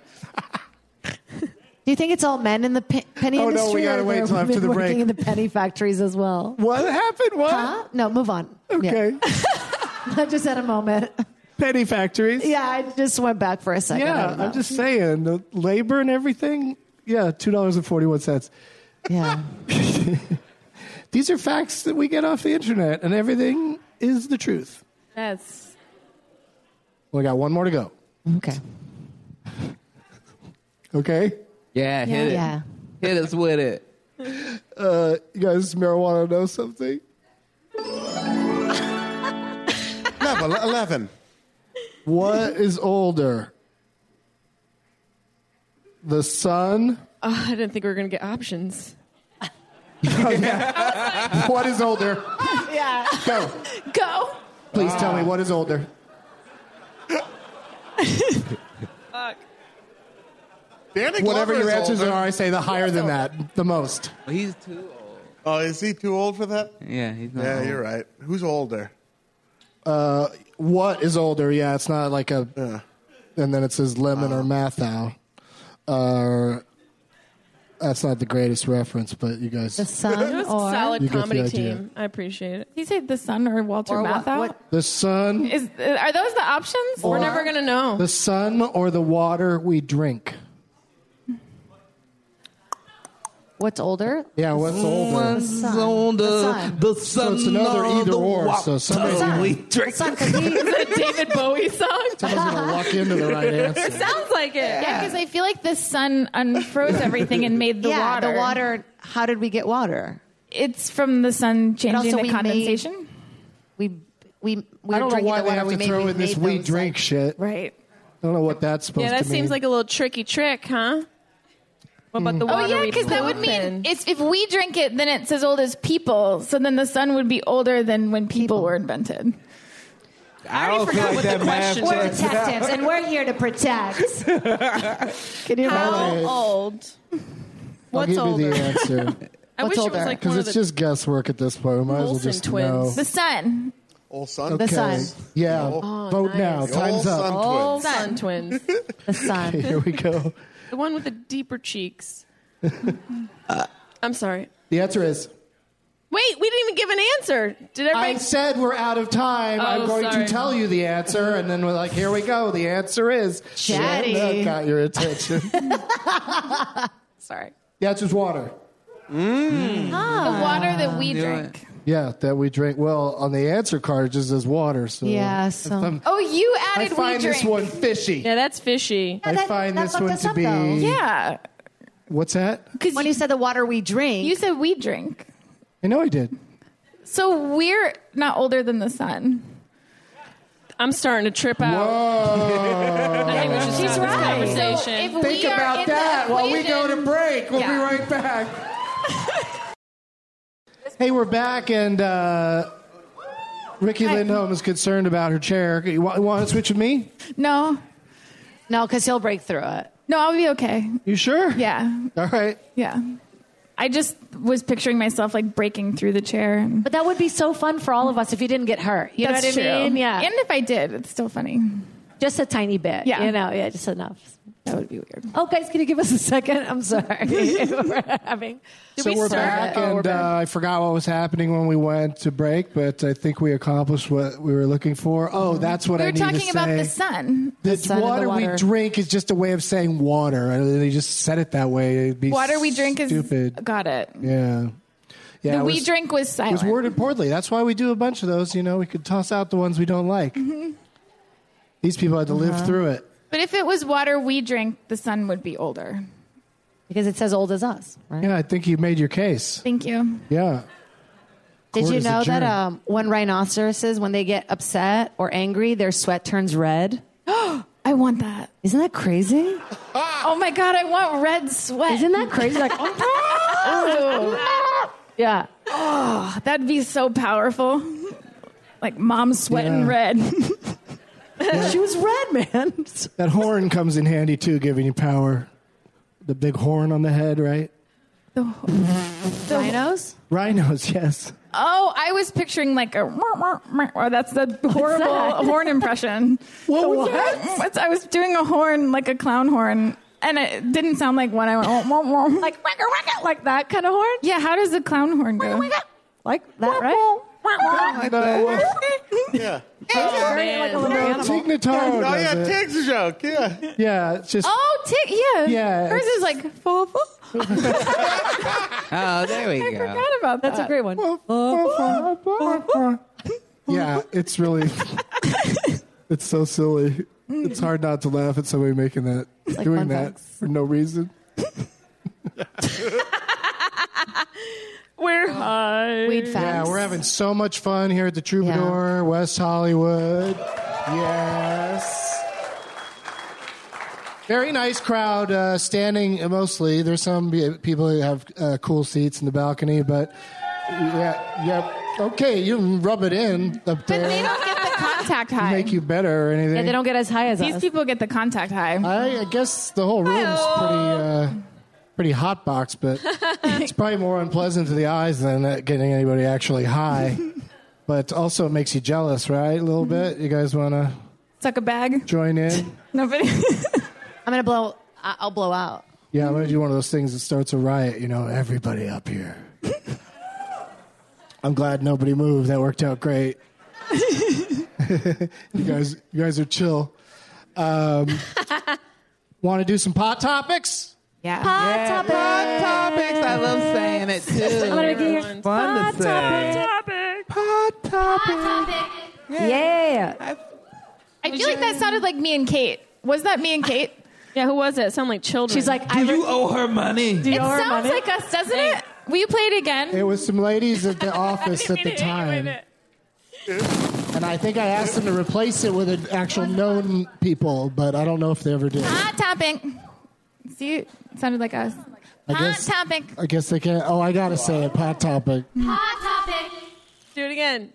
S4: Do you think it's all men in the pe- penny
S9: Oh, no,
S4: industry?
S9: we gotta
S4: or
S9: wait
S4: there are
S9: till after
S4: women
S9: the break.
S4: Working in the penny factories as well.
S9: What happened? What?
S4: Huh? No, move on.
S9: Okay.
S4: Yeah. I just had a moment.
S9: Penny factories.
S4: Yeah, I just went back for a second. I
S9: Yeah,
S4: don't know.
S9: I'm just saying the labor and everything. Yeah, two dollars and forty-one cents.
S4: Yeah.
S9: These are facts that we get off the internet, and everything is the truth.
S3: That's
S9: We got one more to go.
S4: Okay.
S9: Okay.
S2: Yeah, hit it.
S4: Yeah.
S2: Hit us with it.
S9: Uh, you guys, marijuana know something?
S6: Level eleven.
S9: What is older? The sun?
S3: oh, I didn't think we were gonna get options.
S9: What is older?
S4: Yeah. Uh,
S9: Go.
S3: Go.
S9: Please tell me what is older.
S6: Danny Glover
S9: Whatever your
S6: is
S9: answers
S6: older.
S9: are, I say the higher than that, the most.
S2: He's too old.
S6: Oh, is he too old for that?
S2: Yeah, he's not.
S6: Yeah,
S2: old.
S6: you're right. Who's older?
S9: What is older? Yeah, it's not like a.
S6: Uh,
S9: And then it says lemon or Mathau. Uh, that's not the greatest reference, but you guys.
S4: The sun
S3: It was a
S4: or
S3: solid
S9: You get the
S3: comedy
S9: idea.
S3: team. I appreciate it.
S5: Did he say the son or Walter
S4: Or what-
S5: Matthau?
S4: what-
S9: The sun,
S5: Is, uh, are those the options?
S3: we're never gonna know.
S9: the sun, or the water we drink.
S4: what's older?
S9: Yeah, what's older?
S2: One's
S4: sun.
S2: on the,
S9: uh,
S4: The
S2: the sun.
S4: sun.
S9: So it's another
S2: of
S9: either
S2: the
S9: or,
S2: wa-
S9: so somebody-
S2: the
S4: Sun.
S2: we drink.
S4: Sun, 'cause he-
S3: the David Bowie song.
S9: Someone's gonna luck into the right answer.
S3: Sounds like it.
S5: Yeah, because I feel like the sun unfroze everything and made the
S4: yeah,
S5: water.
S4: the water. How did we get water?
S5: It's from the sun changing
S4: also
S5: the
S4: we
S5: condensation.
S4: We we we
S9: I
S4: were
S9: don't know
S4: drinking
S9: why
S4: the
S9: they
S4: water
S9: have
S4: we
S9: to
S4: made.
S9: throw
S4: we
S9: in this
S4: made
S9: we
S4: those, like-
S9: drink shit.
S5: Right.
S9: I don't know what that's supposed
S3: Yeah,
S9: to
S3: that
S9: mean.
S3: seems like a little tricky trick, huh? What about
S9: Mm.
S3: the water?
S5: Oh yeah,
S3: we
S5: because that would
S3: drink
S5: mean
S3: in?
S5: it's, if we drink it, then it's as old as people. So then the sun would be older than when people, were invented.
S2: I
S3: already
S2: don't feel
S3: forgot
S2: like
S3: what
S2: that
S3: the
S2: math
S3: question
S4: We're
S2: checks out.
S4: detectives, and we're here to protect. Can you
S3: how
S9: Right.
S3: old?
S9: I'll
S3: What's
S9: give you
S3: older?
S9: the uh, answer
S3: I
S4: What's
S3: wish it
S4: older?
S3: was like
S9: because
S3: one of
S9: it's
S3: the
S9: just guesswork at this point. We might as well
S3: Olsen
S9: just
S3: twins.
S9: know.
S5: The sun.
S6: Old son.
S9: Okay.
S4: sun.
S9: Yeah. Vote now.
S6: The old
S9: Time's up.
S6: son
S3: old
S6: twins.
S3: sun twins.
S4: the sun?
S9: Here we go.
S3: The one with the deeper cheeks. I'm sorry.
S9: The answer is.
S3: Uh, Wait, we didn't even give an answer. Did everybody?
S9: I said we're out of time.
S4: Oh,
S9: I'm going
S3: sorry.
S9: to tell you the answer, and then we're like, here we go. The answer is.
S4: Chatty.
S9: Yeah, that got your attention.
S5: Sorry.
S9: the answer's water.
S5: the water that we drink.
S9: Yeah, that we drink. Well, on the answer card, it just says water. So
S4: Yeah, so-
S9: I'm-
S5: Oh, you
S9: I
S5: added we
S9: find
S5: drink.
S9: this one fishy.
S3: Yeah, that's fishy.
S9: I
S4: that-
S9: find
S4: that
S9: this
S4: fucked
S9: one
S4: us
S9: to
S4: up,
S9: be.
S4: though.
S5: Yeah,
S9: What's that?
S5: because
S4: When you said the water we drink,
S5: you said we drink.
S9: I know I did.
S5: So we're not older than the sun.
S3: I'm starting to trip out. I think we should stop this conversation.
S5: If we are in the equation-
S9: break. We'll
S5: Yeah.
S9: right back. hey, we're back, and uh, Ricky Lindholm is concerned about her chair. You want, to switch with me?
S5: No,
S4: no, because he'll break through it.
S5: no, I'll be okay.
S9: You sure?
S5: Yeah,
S9: All right.
S5: yeah. I just was picturing myself like breaking through the chair. And,
S4: But that would be so fun for all of us if you didn't get hurt. You
S5: That's
S4: know what I
S5: true.
S4: mean? Yeah,
S5: And if I did, it's still funny.
S4: just a tiny bit.
S5: Yeah.
S4: you know, yeah, just enough.
S5: That would be weird.
S4: Oh, guys, can you give us a second? I'm sorry. We're having.
S9: so
S3: we
S9: are
S3: start
S9: back,
S3: it? Oh, we're
S9: and
S3: back.
S9: uh, I forgot what was happening when we went to break, but I think we accomplished what we were looking for. Oh, that's
S5: Mm-hmm.
S9: what
S5: We
S9: I
S5: were
S9: need to
S5: talking
S9: say.
S5: about the sun.
S9: The
S4: sun and the
S9: water, we
S4: water.
S9: drink is just a way of saying water. I- They just said it that way. It'd be
S5: Water we drink is
S9: stupid.
S5: Got it.
S9: Yeah, yeah. it
S5: the we
S9: was-
S5: drink was
S9: It was
S5: silent.
S9: worded poorly. That's why we do a bunch of those. You know, we could toss out the ones we don't like. These people had to live through it.
S5: but if it was water we drink, the sun would be older.
S4: Because it's as old as us, right?
S9: Yeah, I think you made your case.
S5: Thank you.
S9: Yeah.
S4: Did
S9: Court
S4: you
S9: is
S4: know that
S9: adjourned.
S4: um, when rhinoceroses, when they get upset or angry, their sweat turns red?
S5: I want that.
S4: Isn't that crazy?
S5: Oh my god, I want red sweat.
S4: Isn't that crazy? Like, yeah.
S5: That'd be so powerful. Like mom sweating
S9: Yeah.
S5: red.
S4: She was red, man.
S9: That horn comes in handy too, giving you power. The big horn on the head, right?
S4: Rhinos?
S9: Rhinos, yes.
S5: oh, I was picturing like a or that's the horrible
S4: that?
S5: horn impression.
S9: What was that?
S5: What's- I was doing a horn like a clown horn and it didn't sound like what I went like
S4: Like, waka, waka, like that kind of horn?
S5: yeah, how does the clown horn go?
S4: Like that, right?
S6: Yeah.
S4: Like a little animal.
S9: Tignataro
S6: Oh,
S9: does
S6: yeah,
S9: it.
S6: takes a joke. Yeah.
S9: yeah, it's just
S5: Oh, tick, yeah.
S9: Yeah,
S5: Hers
S9: it's-
S5: is like, fall, fall.
S2: Oh, there we
S5: I
S2: go.
S5: forgot about that.
S4: That's a great one.
S9: yeah, it's really it's so silly. It's hard not to laugh at somebody making that doing
S4: fun
S9: that
S4: facts.
S9: for no reason.
S3: We're high.
S4: Weed facts.
S9: Yeah, we're having so much fun here at the Troubadour, West Hollywood. Yes. Very nice crowd, uh, standing mostly. There's some be- people who have uh, cool seats in the balcony, but yeah, yeah. Okay, you can rub it in up
S5: But they
S9: there.
S5: don't get the contact high.
S9: Make you better or anything.
S4: Yeah, they don't get as high as
S5: These
S4: us.
S5: people get the contact high.
S9: I, I guess the whole room's pretty, uh, pretty hot box, but it's probably more unpleasant to the eyes than uh, getting anybody actually high. but also, it makes you jealous, right? A little bit. You guys want to
S5: Mm-hmm. Suck a bag.
S9: join in?
S5: Nobody.
S4: I'm gonna blow. I- I'll blow out.
S9: Yeah, I'm gonna do one of those things that starts a riot. You know, everybody up here. I'm glad nobody moved. That worked out great. you guys, you guys are chill. Um, want to do some pot topics?
S5: yeah.
S2: Hot topics. I love saying it too.
S3: Everyone's
S2: Fun to say.
S3: topic.
S2: Hot topics.
S4: Yeah.
S5: I feel like that sounded like me and Kate. Was that me and Kate?
S3: Yeah, who was it? Sound like children.
S4: She's like, I.
S2: Do you owe her money?
S5: It sounds like us, doesn't it? Will you play it again?
S9: It was some ladies at the office at the time, and I think I asked them to replace it with an actual known people, but I don't know if they ever did.
S5: Hot topic. See, it sounded like us.
S9: I guess-
S5: Hot topic.
S9: I guess they can't. Oh, I gotta say it. Pot topic.
S3: do it again.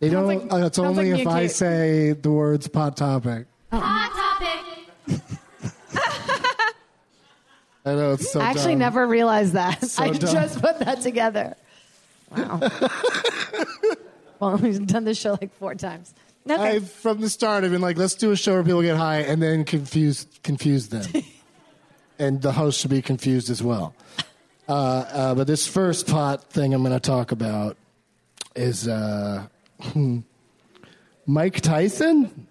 S9: They don't.
S5: like-
S9: uh, it's
S5: sounds
S9: only
S5: like
S9: if
S5: me and
S9: I
S5: Kate.
S9: say the words "pot topic." I know it's so.
S4: I actually
S9: dumb.
S4: never realized that. I
S9: dumb.
S4: just put that together. Wow. well, we've done this show like four times. Okay.
S9: I've from the start. I've been like, let's do a show where people get high and then confuse confuse them, and the host should be confused as well. Uh, uh, but this first pot thing I'm going to talk about is uh, hmm, Mike Tyson.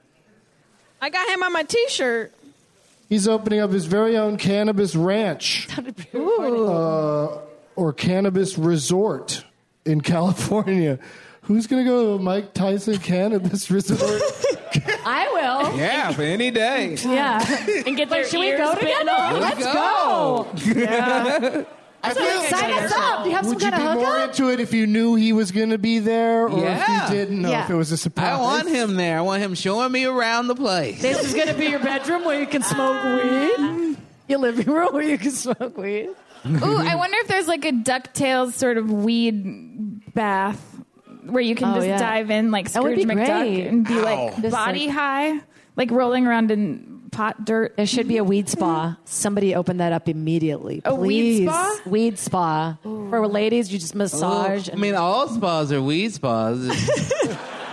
S3: I got him on my T-shirt.
S9: He's opening up his very own cannabis ranch uh, or cannabis resort in California. Who's going to go to a Mike Tyson can at this resort?
S4: I will.
S2: Yeah, for any day.
S3: Yeah. and get their
S4: Should we
S3: ears
S4: go
S3: bitten
S4: together?
S3: off.
S4: Let's go.
S9: I
S4: Sign us up. Do you have some
S9: Would you
S4: kind
S9: be
S4: of hookup?
S9: more into it if you knew he was going to be there, or
S2: Yeah.
S9: if you didn't, or
S4: Yeah.
S9: if it was a surprise?
S2: I want him there. I want him showing me around the place.
S3: This is going to be your bedroom where you can smoke weed.
S4: Your living room where you can smoke weed.
S5: Ooh, I wonder if there's like a Ducktales sort of weed bath where you can
S4: Oh,
S5: just
S4: yeah.
S5: dive in like
S4: That would
S5: Scrooge
S4: be
S5: McDuck
S4: great.
S5: and be
S4: Just,
S5: like
S4: like-
S5: body high, like rolling around in pot dirt.
S4: There should be a weed spa. Somebody open that up immediately.
S5: A weed
S4: please.
S5: spa?
S4: Mm-hmm. Weed spa. For ladies, you just massage.
S9: Oh,
S2: I mean, all spas are weed spas.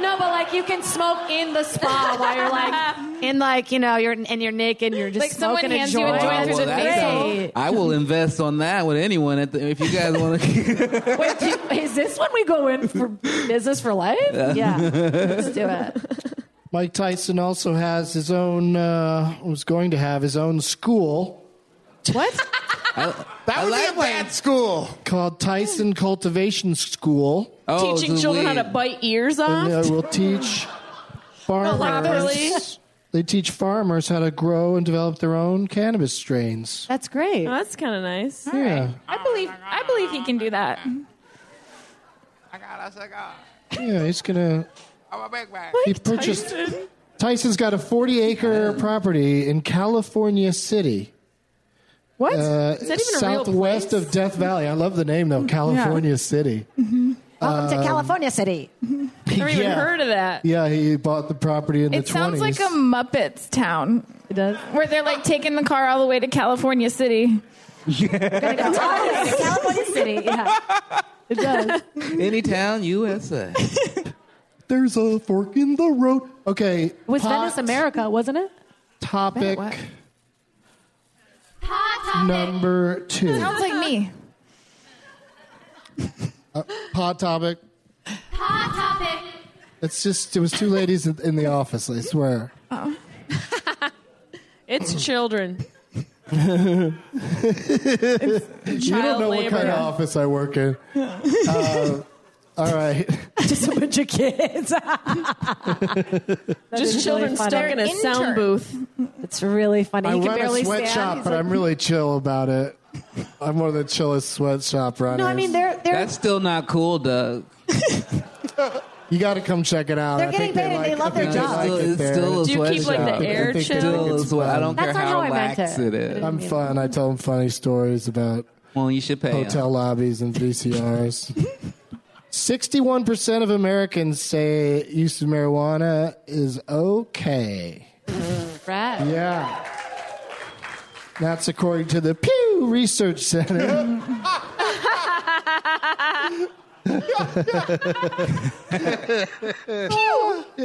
S4: No, but like you can smoke in the spa while you're like in like you know you're and you're naked. and You're just
S5: Like, someone
S4: smoking
S5: hands
S4: a
S5: you a
S4: joint.
S5: joint
S2: through the
S5: Great.
S4: Great.
S2: I will invest on that with anyone at the, if you guys want to.
S4: Wait, do- is this when we go in for business for life? Yeah, let's do it.
S9: Mike Tyson also has his own, uh, was going to have his own school
S4: What?
S6: That would
S2: like
S6: be a bad school.
S9: called Tyson Cultivation School,
S2: Oh,
S3: Teaching
S2: it's
S3: children how
S2: weed.
S3: to bite ears
S9: and
S3: off.
S9: uh, will teach
S3: like really?
S9: farmers. They teach farmers how to grow and develop their own cannabis strains.
S4: That's great.
S3: That's kind of nice.
S9: Yeah,
S5: I believe I believe he can do that.
S2: I got a cigar.
S9: yeah, he's gonna.
S2: I'm a big man.
S9: He purchased. Tyson's got a 40 acre property in California City.
S3: What?
S9: Uh,
S3: Is that even a real
S9: southwest
S3: place?
S9: of Death Valley. I love the name though, California City.
S4: Welcome
S9: Um,
S4: to California City.
S3: I've never even
S9: yeah.
S3: heard of that.
S9: Yeah, he bought the property in
S5: It
S9: the 20s.
S5: sounds like a Muppets town
S4: It does.
S5: where they're like taking the car all the way to California City.
S4: California City. Yeah, it does.
S2: Any town, USA.
S9: There's a fork in the road. Okay.
S4: Was
S9: hot
S4: Venice America? Wasn't it?
S9: Topic
S4: What?
S9: number two.
S5: Sounds like me.
S9: Hot Uh, topic.
S10: Hot topic.
S9: It's just it was two ladies in, in the office. I swear.
S3: It's children.
S9: you don't know what
S3: labor.
S9: kind of office I work in. Uh, all right.
S4: Just a bunch of kids.
S3: Just children
S4: really funny.
S3: stuck in a
S5: Intern.
S3: sound booth.
S4: it's really funny.
S9: I
S4: you can
S9: run
S4: barely
S9: a sweatshop,
S4: stand.
S9: but I'm really chill about it. I'm one of the chillest sweatshop runners.
S4: No, I mean they're they're
S2: That's still not cool, Doug.
S9: you got to come check it out.
S4: They're
S9: I think
S4: getting paid and
S9: like
S4: they
S9: it.
S4: love their
S9: I think
S2: It's
S4: job.
S2: still, it's
S9: they like it there.
S2: still a
S3: Do you keep, like, the
S2: sweatshop.
S3: air
S2: It's
S3: chill?
S2: still a
S9: It's
S2: sweat- I
S9: fun.
S2: don't care
S4: That's not
S2: how,
S4: how I meant
S2: lax
S4: it.
S2: it is.
S9: I'm fun. I tell them funny stories about
S2: Well, you should pay. him.
S9: hotel lobbies and VCRs. Sixty-one percent of Americans say use of marijuana is okay.
S4: Right.
S9: Yeah. That's according to the Pew Research Center. pew, pew,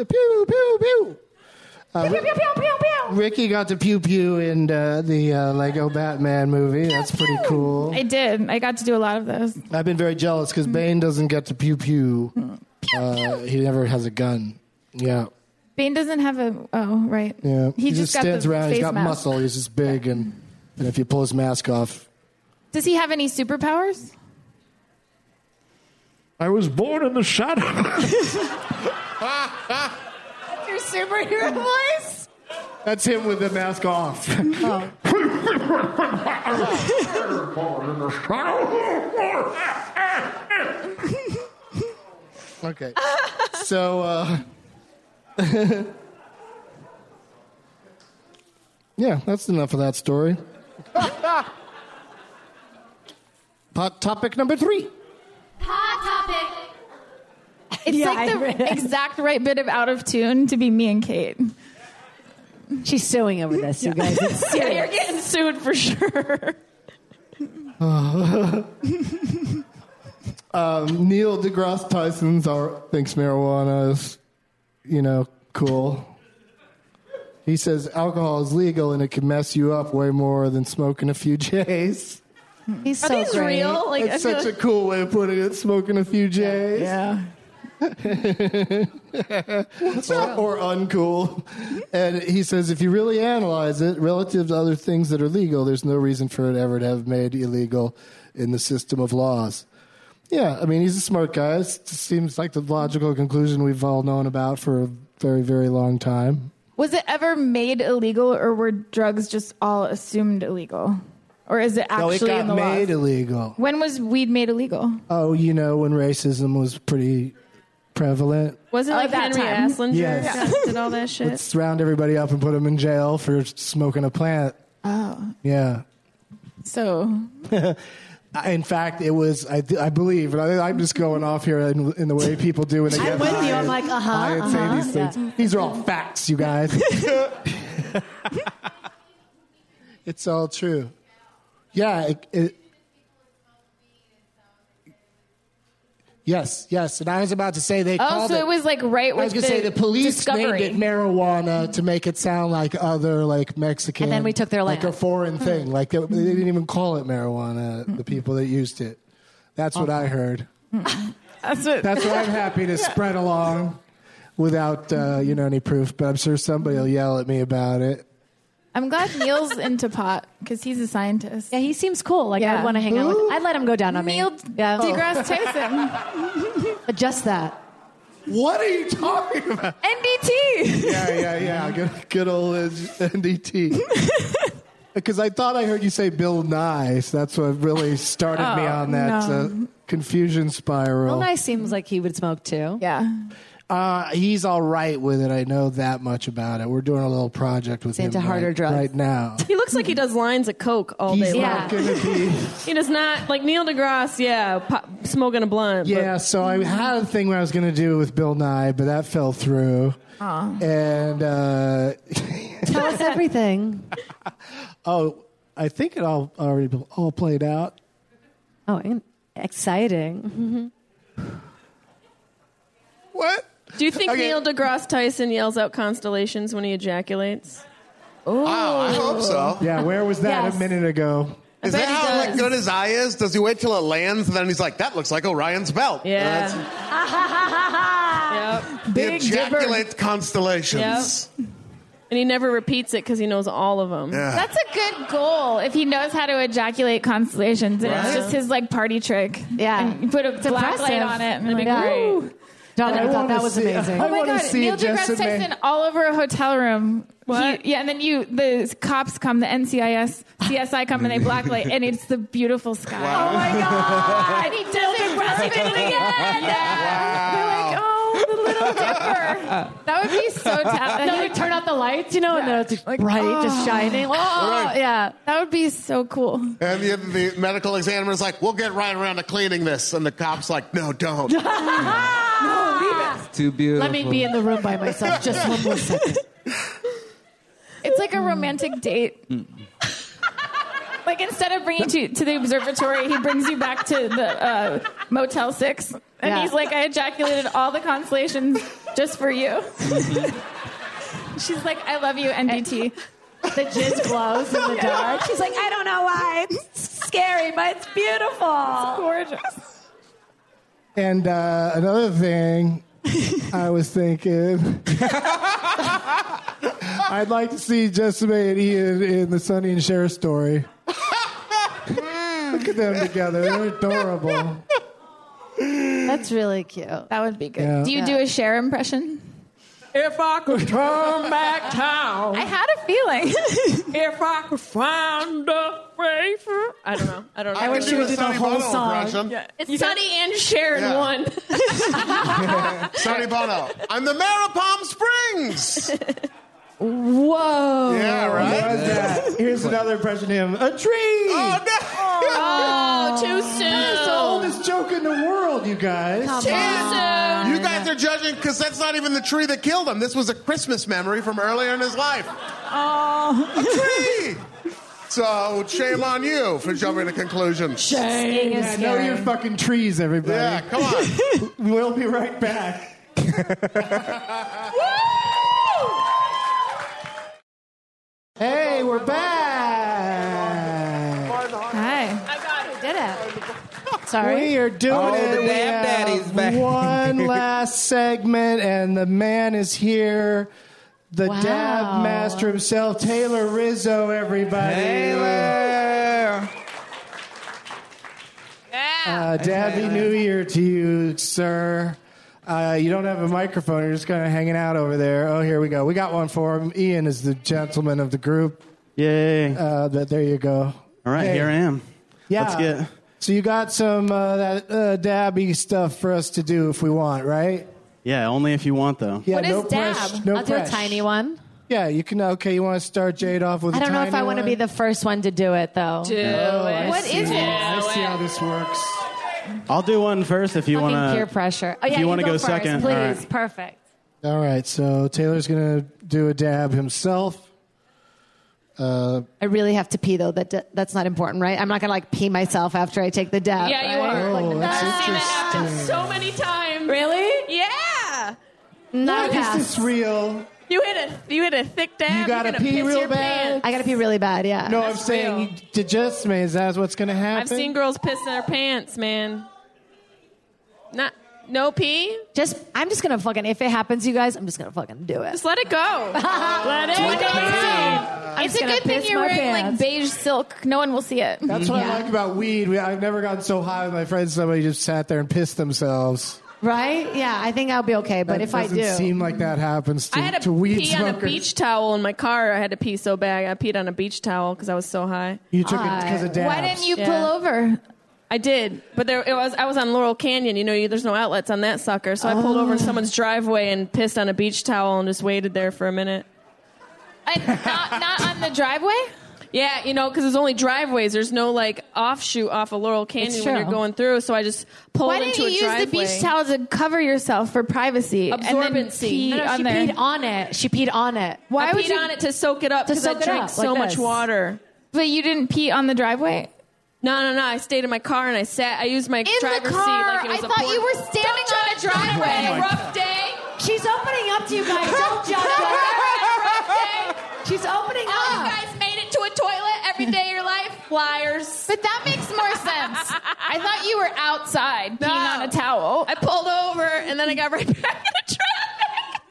S9: pew. Uh, Ri- Ricky got the pew pew in uh, the uh, Lego Batman movie. That's pretty cool.
S5: I did. I got to do a lot of those.
S9: I've been very jealous because Bane doesn't get to pew pew. Uh, he never has a gun. Yeah.
S5: Bane doesn't have a. Oh, right.
S9: Yeah.
S5: He, just, got
S9: stands
S5: the
S9: around.
S5: Face
S9: He's got
S5: mask.
S9: muscle. He's just big. And, and if you pull his mask off,
S5: Does he have any superpowers?
S11: I was born in the shadow.
S5: Your superhero voice.
S9: That's him with the mask off. okay. So, uh, yeah, that's enough of that story. Hot topic number three.
S10: Hot topic.
S5: It's
S4: Yeah,
S5: like
S4: I
S5: the
S4: read.
S5: exact right bit of out of tune to be me and Kate.
S4: She's suing over this, you guys. It's
S3: Yeah, you're getting sued for sure.
S9: Neil deGrasse Tyson's are, thinks marijuana is, you know, cool. He says alcohol is legal and it can mess you up way more than smoking a few J's.
S4: He's
S3: Are
S4: so
S3: these
S4: great.
S3: real? Like, I
S9: It's
S3: feel
S9: such a
S3: like-
S9: cool way of putting it, smoking a few J's.
S3: yeah.
S9: or, or uncool. And he says if you really analyze it relative to other things that are legal, there's no reason for it ever to have made illegal in the system of laws. Yeah, I mean, he's a smart guy. It seems like the logical conclusion we've all known about for a very, very long time.
S5: Was it ever made illegal, or were drugs just all assumed illegal, or is it
S9: No,
S5: actually
S9: it got
S5: in the
S9: made
S5: laws?
S9: illegal.
S5: when was weed made illegal?
S9: Oh, you know, when racism was pretty prevalent.
S3: Wasn't like
S5: that
S3: Henry
S5: time.
S3: Aslinger
S9: Yes.
S3: that did all that shit?
S9: Let's round everybody up and put them in jail for smoking a plant. Oh. Yeah.
S5: So
S9: I- In fact, it was, I, th- I believe, and I, I'm just going off here in, in the way people do when they get
S4: I'm with you.
S9: high
S4: I'm
S9: and-
S4: like, uh-huh,
S9: high and say these things. These are all facts, you guys. it's all true. Yeah. It, it, yes, yes. And I was about to say they
S5: oh,
S9: called
S5: so
S9: it.
S5: it was like right.
S9: I was
S5: with
S9: gonna say the police
S5: discovery.
S9: named it marijuana to make it sound like other like Mexican.
S4: And then we took their land.
S9: like
S4: Hmm.
S9: a foreign thing. Like they, they didn't even call it marijuana. The people that used it. That's what I heard.
S4: Hmm.
S5: That's what-
S9: That's what I'm happy to spread along without uh, you know any proof. But I'm sure somebody will yell at me about it.
S5: I'm glad Neil's into pot because he's a scientist.
S4: Yeah, he seems cool. Like
S5: Yeah.
S4: I'd want to hang out with. I'd let him go down on me.
S5: Neil
S4: yeah,
S5: deGrasse Tyson,
S4: but just that.
S9: What are you talking about?
S5: NDT.
S9: Yeah, yeah, yeah. Good, good old uh, NDT. Because I thought I heard you say Bill Nye. So that's what really started me
S5: Oh,
S9: on that
S5: no.
S9: uh, confusion spiral.
S4: Bill Nye seems like he would smoke too.
S5: Yeah,
S9: Uh, he's all right with it. I know that much about it. We're doing a little project with him
S4: into
S9: right,
S4: harder drugs.
S9: right now.
S3: He looks like he does lines of coke all
S9: He's
S3: day long.
S9: not going to be.
S3: He does not like Neil deGrasse. Yeah, pop, smoking a blunt. but-
S9: Yeah, so I had a thing where I was going to do it with Bill Nye, but that fell through. And uh,
S4: Tell us everything.
S9: oh, I think it all already all played out.
S4: Oh, and- exciting.
S9: What?
S3: Do you think
S9: Okay.
S3: Neil deGrasse Tyson yells out constellations when he ejaculates?
S6: Oh, I hope so.
S9: Yeah, where was that
S4: Yes.
S9: a minute ago?
S6: Is
S5: bet
S6: that
S5: he
S6: how like,
S5: does.
S6: good his eye is? Does he wait till it lands and then he's like, "That looks like Orion's belt"?
S3: Yeah.
S6: And that's-
S3: Yep.
S6: he ejaculates constellations.
S3: And he never repeats it because he knows all of them.
S6: Yeah.
S5: that's a good goal if he knows how to ejaculate constellations. And It's just his like party trick.
S4: Yeah.
S5: and you put a black light on it, and it'd be
S4: Yeah.
S5: great.
S4: John, I,
S9: I
S4: thought
S9: wanna
S4: that was
S9: see-
S4: amazing.
S9: I
S5: Oh my
S9: wanna
S5: god,
S9: see
S5: Neil
S9: if Jessica
S5: deGrasse
S9: May-
S5: Tyson all over a hotel room.
S3: What?
S5: He- yeah, and then you the cops come, the NCIS, CSI come, and they blacklight, and it's the beautiful sky. Oh my god! and he does it again. They're like, oh, the little dipper. That would be so talented.
S4: No, they turn out the lights, you know, and then it's just bright, just shining. Oh, yeah.
S5: That would be so cool.
S6: And the, the medical examiner's like, "We'll get right around to cleaning this," and the cop's like, "No, don't."
S2: Too beautiful.
S4: Let me be in the room by myself just one more second.
S5: It's like a romantic date. like instead of bringing you to, to the observatory, he brings you back to the uh, Motel Six, and
S4: Yeah.
S5: he's like, "I ejaculated all the constellations just for you." She's like, "I love you, NDT."
S4: The jizz glows in the dark. She's like, I don't know why. It's scary, but it's beautiful.
S5: Gorgeous.
S9: And uh, another thing I was thinking, I'd like to see Jessica and Ian in the Sonny and Cher story. Look at them together; they're adorable.
S4: That's really cute.
S5: That would be good.
S9: Yeah.
S5: Do you do a share impression?
S3: If I could turn back time,
S5: I had a feeling.
S3: if I could find a favor. I don't know. I don't know.
S6: I wish
S4: you would do the whole song.
S3: it's Sonny and Cher in
S6: Yeah.
S3: one.
S6: Sonny Bono. I'm the mayor of Palm Springs.
S5: Whoa.
S6: Yeah,
S9: How's
S6: right.
S9: that? Here's another impression of him: a tree.
S6: Oh no!
S3: oh, too
S9: It's the
S3: soon.
S9: oldest joke in the world, you guys.
S6: You guys are judging because that's not even the tree that killed him. This was a Christmas memory from earlier in his life. Oh, a tree. So shame on you for jumping to conclusions.
S4: Being is
S9: I know
S4: scary.
S9: your fucking trees, everybody.
S6: Yeah, come on.
S9: We'll be right back. Hey, we're back.
S5: Hi.
S4: did it.
S9: We are doing
S2: Oh,
S9: it.
S2: the
S9: We
S2: Dab
S9: have
S2: Daddy's back.
S9: One last segment, and the man is here. The
S4: Wow.
S9: dab master himself, Taylor Rizzo, everybody.
S2: Taylor.
S9: Uh, Dabby New Year to you, sir. Uh, you don't have a microphone. You're just kind of hanging out over there. Oh, here we go. We got one for him. Ian is the gentleman of the group.
S10: Yay.
S9: Uh, that, there you go.
S10: All right,
S9: Hey.
S10: here I am.
S9: Yeah.
S10: Let's get.
S9: So you got some uh, that uh, dabby stuff for us to do if we want, right?
S10: Yeah, only if you want though.
S9: Yeah.
S4: What is
S9: no
S4: dab?
S9: press- no
S4: I'll do a
S9: press.
S4: tiny one.
S9: Yeah, you can. Okay, you want to start Jade off with?
S4: I
S9: a
S4: don't know if
S9: tiny
S4: I want to
S9: one?
S4: be the first one to do it though.
S3: Do Oh, it.
S5: What is
S3: Do
S5: it?
S9: I see how this works.
S10: I'll do one first if you
S4: Fucking
S10: want to.
S4: peer pressure. Oh yeah,
S10: if you want to go,
S4: first,
S10: second,
S4: please.
S10: all right.
S4: Perfect.
S9: All right, so Taylor's gonna do a dab himself.
S4: I really have to pee though. That that's not important, right? I'm not gonna like pee myself after I take the dab.
S3: Yeah, you
S4: right?
S3: are.
S4: Like,
S9: Oh,
S3: I've
S9: that's
S3: seen that happen
S9: interesting.
S3: so many times.
S4: Really?
S5: Yeah.
S4: Not a
S9: Is
S4: pass.
S9: this real?
S5: You hit a you hit a thick dab.
S9: You gotta
S5: you're gonna
S9: pee
S5: piss
S9: real
S5: your
S9: bad?
S5: Pants.
S4: I gotta pee really bad. Yeah.
S9: No, I'm
S5: That's
S9: saying
S5: real.
S9: you- to just me. Is that what's gonna happen?
S3: I've seen girls piss in their pants, man. Not no pee.
S4: Just I'm just gonna fucking if it happens, you guys, I'm just gonna fucking do it.
S3: Just let it go. let it go.
S5: It's a
S4: gonna
S5: good thing
S4: piss
S5: you're
S4: my
S5: wearing like
S4: pants.
S5: beige silk. No one will see it.
S9: That's what I like about weed. We, I've never gotten so high with my friends. Somebody just sat there and pissed themselves.
S4: Right? Yeah, I think I'll be okay. But
S9: That
S4: if I
S9: doesn't
S4: do,
S9: seem like that happens to,
S3: I had to,
S9: to weed
S3: pee
S9: smokers.
S3: on a beach towel in my car. I had to pee so bad. I peed on a beach towel because I was so high.
S9: You took it because of dabs.
S5: Why didn't you
S3: Yeah.
S5: pull over?
S3: I did, but there it was. I was on Laurel Canyon. You know, you, there's no outlets on that sucker, so I pulled
S5: Oh.
S3: over in someone's driveway and pissed on a beach towel and just waited there for a minute.
S5: And not not on the driveway.
S3: Yeah, you know, because there's only driveways. There's no like offshoot off of Laurel Canyon when
S4: true.
S3: you're going through. So I just pulled
S5: Why didn't
S3: into
S5: you
S3: a
S5: use
S3: driveway.
S5: the beach towel to cover yourself for privacy and then
S3: Absorbency.
S5: pee
S3: No,
S4: No, no,
S5: on
S4: she
S5: there?
S4: peed on it. She peed on it.
S5: Why
S3: I
S5: would
S3: peed
S5: you?
S3: on it to soak it up
S4: To
S3: because I
S4: soak it
S3: drank
S4: up,
S3: so
S4: like
S3: much
S4: this.
S3: water.
S5: But you didn't pee on the driveway.
S3: No, no, no. I stayed in my car and I sat. I used my
S5: In
S3: driver's
S5: the car.
S3: seat like it was
S5: I
S3: a
S5: thought
S3: porta-
S5: you were standing
S3: Don't
S5: on a driveway. Oh
S3: rough day.
S4: She's opening up to you guys. Don't judge her. She's opening
S5: Oh, you
S4: up.
S5: guys made it to a toilet every day of your life? Flyers. But that makes more sense. I thought you were outside peeing on a towel.
S3: I pulled over and then I got right back in the traffic.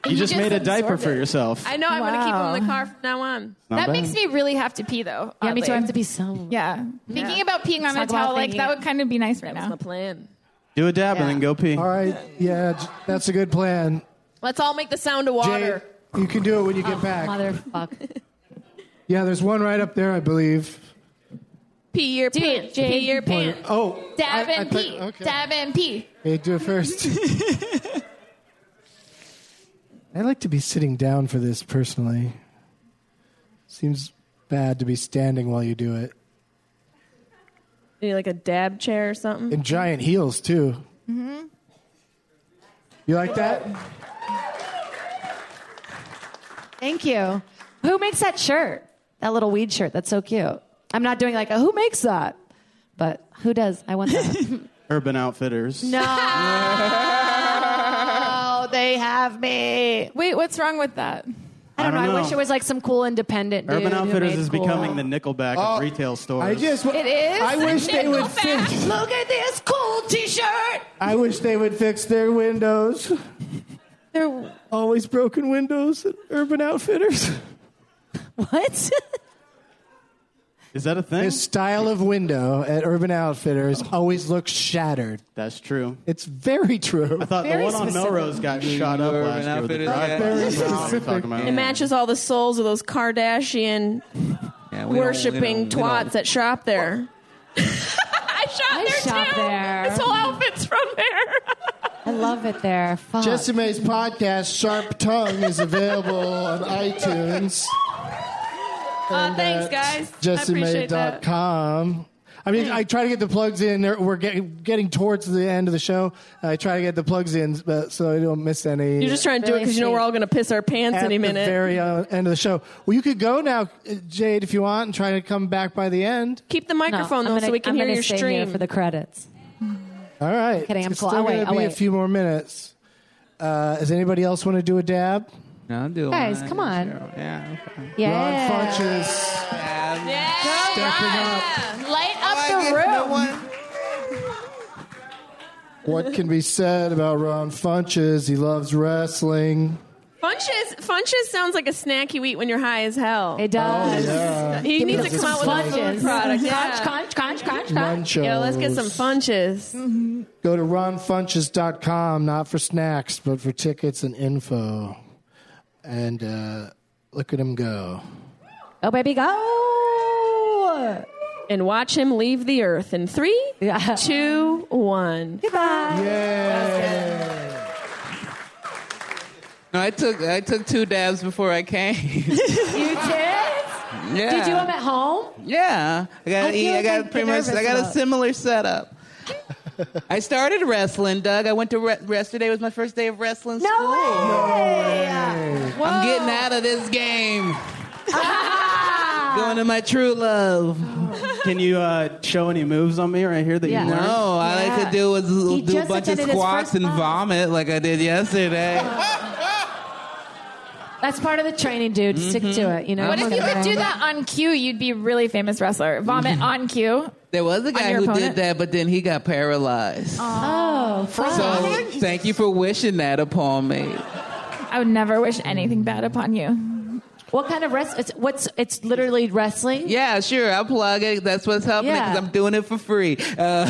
S10: You just made a diaper
S5: absorbed
S10: for
S5: it.
S10: yourself.
S3: I know. I'm going to keep
S5: Wow.
S3: them in the car from now on.
S10: Not
S5: that
S10: bad.
S5: makes me really have to pee though.
S4: Yeah, me too. I have
S5: oddly.
S4: to be so.
S5: Yeah. Thinking about peeing
S4: Talk
S5: on a
S4: about
S5: towel, like
S4: thinking
S5: that
S4: it.
S5: would kind of be nice right
S3: That's my
S5: now.
S3: plan.
S10: Do a dab and then go pee.
S9: All right, yeah, j- that's a good plan.
S3: Let's all make the sound of
S9: Jade,
S3: water. Oh,
S9: you can do it when you get back.
S4: Motherfucker.
S9: Yeah, there's one right up there, I believe.
S3: Pee your pants. Pee your pants.
S9: Oh,
S5: Dab
S9: I- I
S5: and
S9: thought-
S5: pee.
S9: okay.
S5: Dab and pee.
S9: Hey, do it first. I like to be sitting down for this personally. Seems bad to be standing while you do it.
S3: You need like a dab chair or something.
S9: And giant heels too. Mm-hmm. You like that?
S4: Thank you. Who makes that shirt? That little weed shirt. That's so cute. I'm not doing like a who makes that, but who does? I want that.
S10: Urban Outfitters.
S4: oh, they have me.
S5: Wait, what's wrong with that?
S4: I don't,
S10: I don't
S4: know. I
S10: know.
S4: wish it was like some cool independent dude.
S10: Urban
S4: who
S10: Outfitters
S4: made
S10: is
S4: cool-
S10: becoming the Nickelback
S5: Oh.
S10: of retail stores.
S9: I just.
S5: It is?
S9: I wish they would fix.
S4: Look at this cool T-shirt.
S9: I wish they would fix their windows.
S4: They're
S9: Always broken windows at Urban Outfitters.
S4: what?
S10: Is that a thing?
S9: The style of window at Urban Outfitters always looks shattered.
S10: That's true.
S9: It's very true.
S10: I thought
S4: Very
S10: the one on
S4: specific.
S10: Melrose got shot up
S2: Urban
S10: last year. With the
S2: Outfitters
S10: drive-by.
S2: got- Very
S10: That's what I'm
S9: specific.
S10: talking about.
S3: It matches all the souls of those Kardashian
S2: Yeah, we don't- we
S3: worshiping
S2: don't- we don't-
S3: twats that shop there. I shop
S4: I
S3: there
S4: shop
S3: too.
S4: there.
S3: This whole outfit's from there.
S4: I love it there. Fuck.
S1: Jesse May's podcast, Sharp Tongue, is available on iTunes.
S3: Uh, thanks, guys. I appreciate that.
S9: JesseMay.com. I mean, I try to get the plugs in. There- We're getting, getting towards the end of the show. I try to get the plugs in but, so I don't miss any.
S3: You're just trying to do it because you know we're all going to piss our pants
S9: at
S3: any minute.
S9: the very uh, end of the show. Well, you could go now, uh, Jade, if you want, and try to come back by the end.
S3: Keep the
S4: No,
S3: microphone
S4: I'm
S3: though,
S4: gonna-
S3: so we can
S4: I'm
S3: hear
S4: gonna
S3: your
S4: stay
S3: stream.
S4: here for the credits.
S9: All right.
S4: Kidding, I'm
S9: it's
S4: cool.
S9: still
S4: I'll wait,
S9: gonna
S4: I'll
S9: be a
S4: wait.
S9: few more minutes. Uh, does anybody else want to do a dab?
S2: No, I'm doing
S4: Guys,
S2: mine.
S4: come on.
S2: Yeah. okay.
S4: Yeah.
S9: Ron Funches stepping up.
S5: Light up
S2: I
S5: the
S2: get
S5: room.
S2: no one.
S9: What can be said about Ron Funches? He loves wrestling.
S3: Funches, Funches sounds like a snack you eat when you're high as hell. It
S4: does. Oh, yeah.
S3: He
S4: Give me
S3: needs to
S4: some
S3: come out with a
S4: Funches.
S3: food product. Yeah.
S4: Crunch, crunch, crunch,
S9: crunch.
S3: Yeah, let's get some Funches.
S9: Go to ronfunches.com, not for snacks, but for tickets and info. And uh, look at him go.
S4: Oh, baby, go!
S3: And watch him leave the earth in three, two, one.
S4: Goodbye.
S2: No, I took I took two dabs before I came.
S4: You did?
S2: Yeah.
S4: Did you do them at home?
S2: Yeah, I got
S4: I
S2: to eat.
S4: feel
S2: I got
S4: like
S2: pretty
S4: you're
S2: much. I
S4: nervous
S2: got a
S4: about-
S2: similar setup. I started wrestling, Doug. I went to re- yesterday was my first day of wrestling no school. I'm getting out of this game.
S4: Ah.
S2: Going to my true love.
S10: Can you uh, show any moves on me right here that
S2: No,
S10: you learned?
S2: all I could do was l-
S10: He
S2: do a
S10: just
S2: bunch of
S10: attended his
S2: squats
S10: first
S2: and vomit like I did yesterday.
S4: Oh. That's part of the training, dude. Stick to it. You know.
S5: What if you could do that on cue? You'd be a really famous wrestler. Vomit
S10: Mm-hmm.
S5: on cue.
S2: There was a
S5: On
S2: guy
S5: your
S2: who
S5: opponent?
S2: did that, but then he got paralyzed.
S5: Oh,
S2: So thank you for wishing that upon me.
S5: I would never wish anything bad upon you.
S4: What kind of rest? It's, what's? It's literally wrestling.
S2: Yeah, sure. I'll plug it. That's what's happening
S4: Yeah.
S2: because I'm doing it for free. Uh,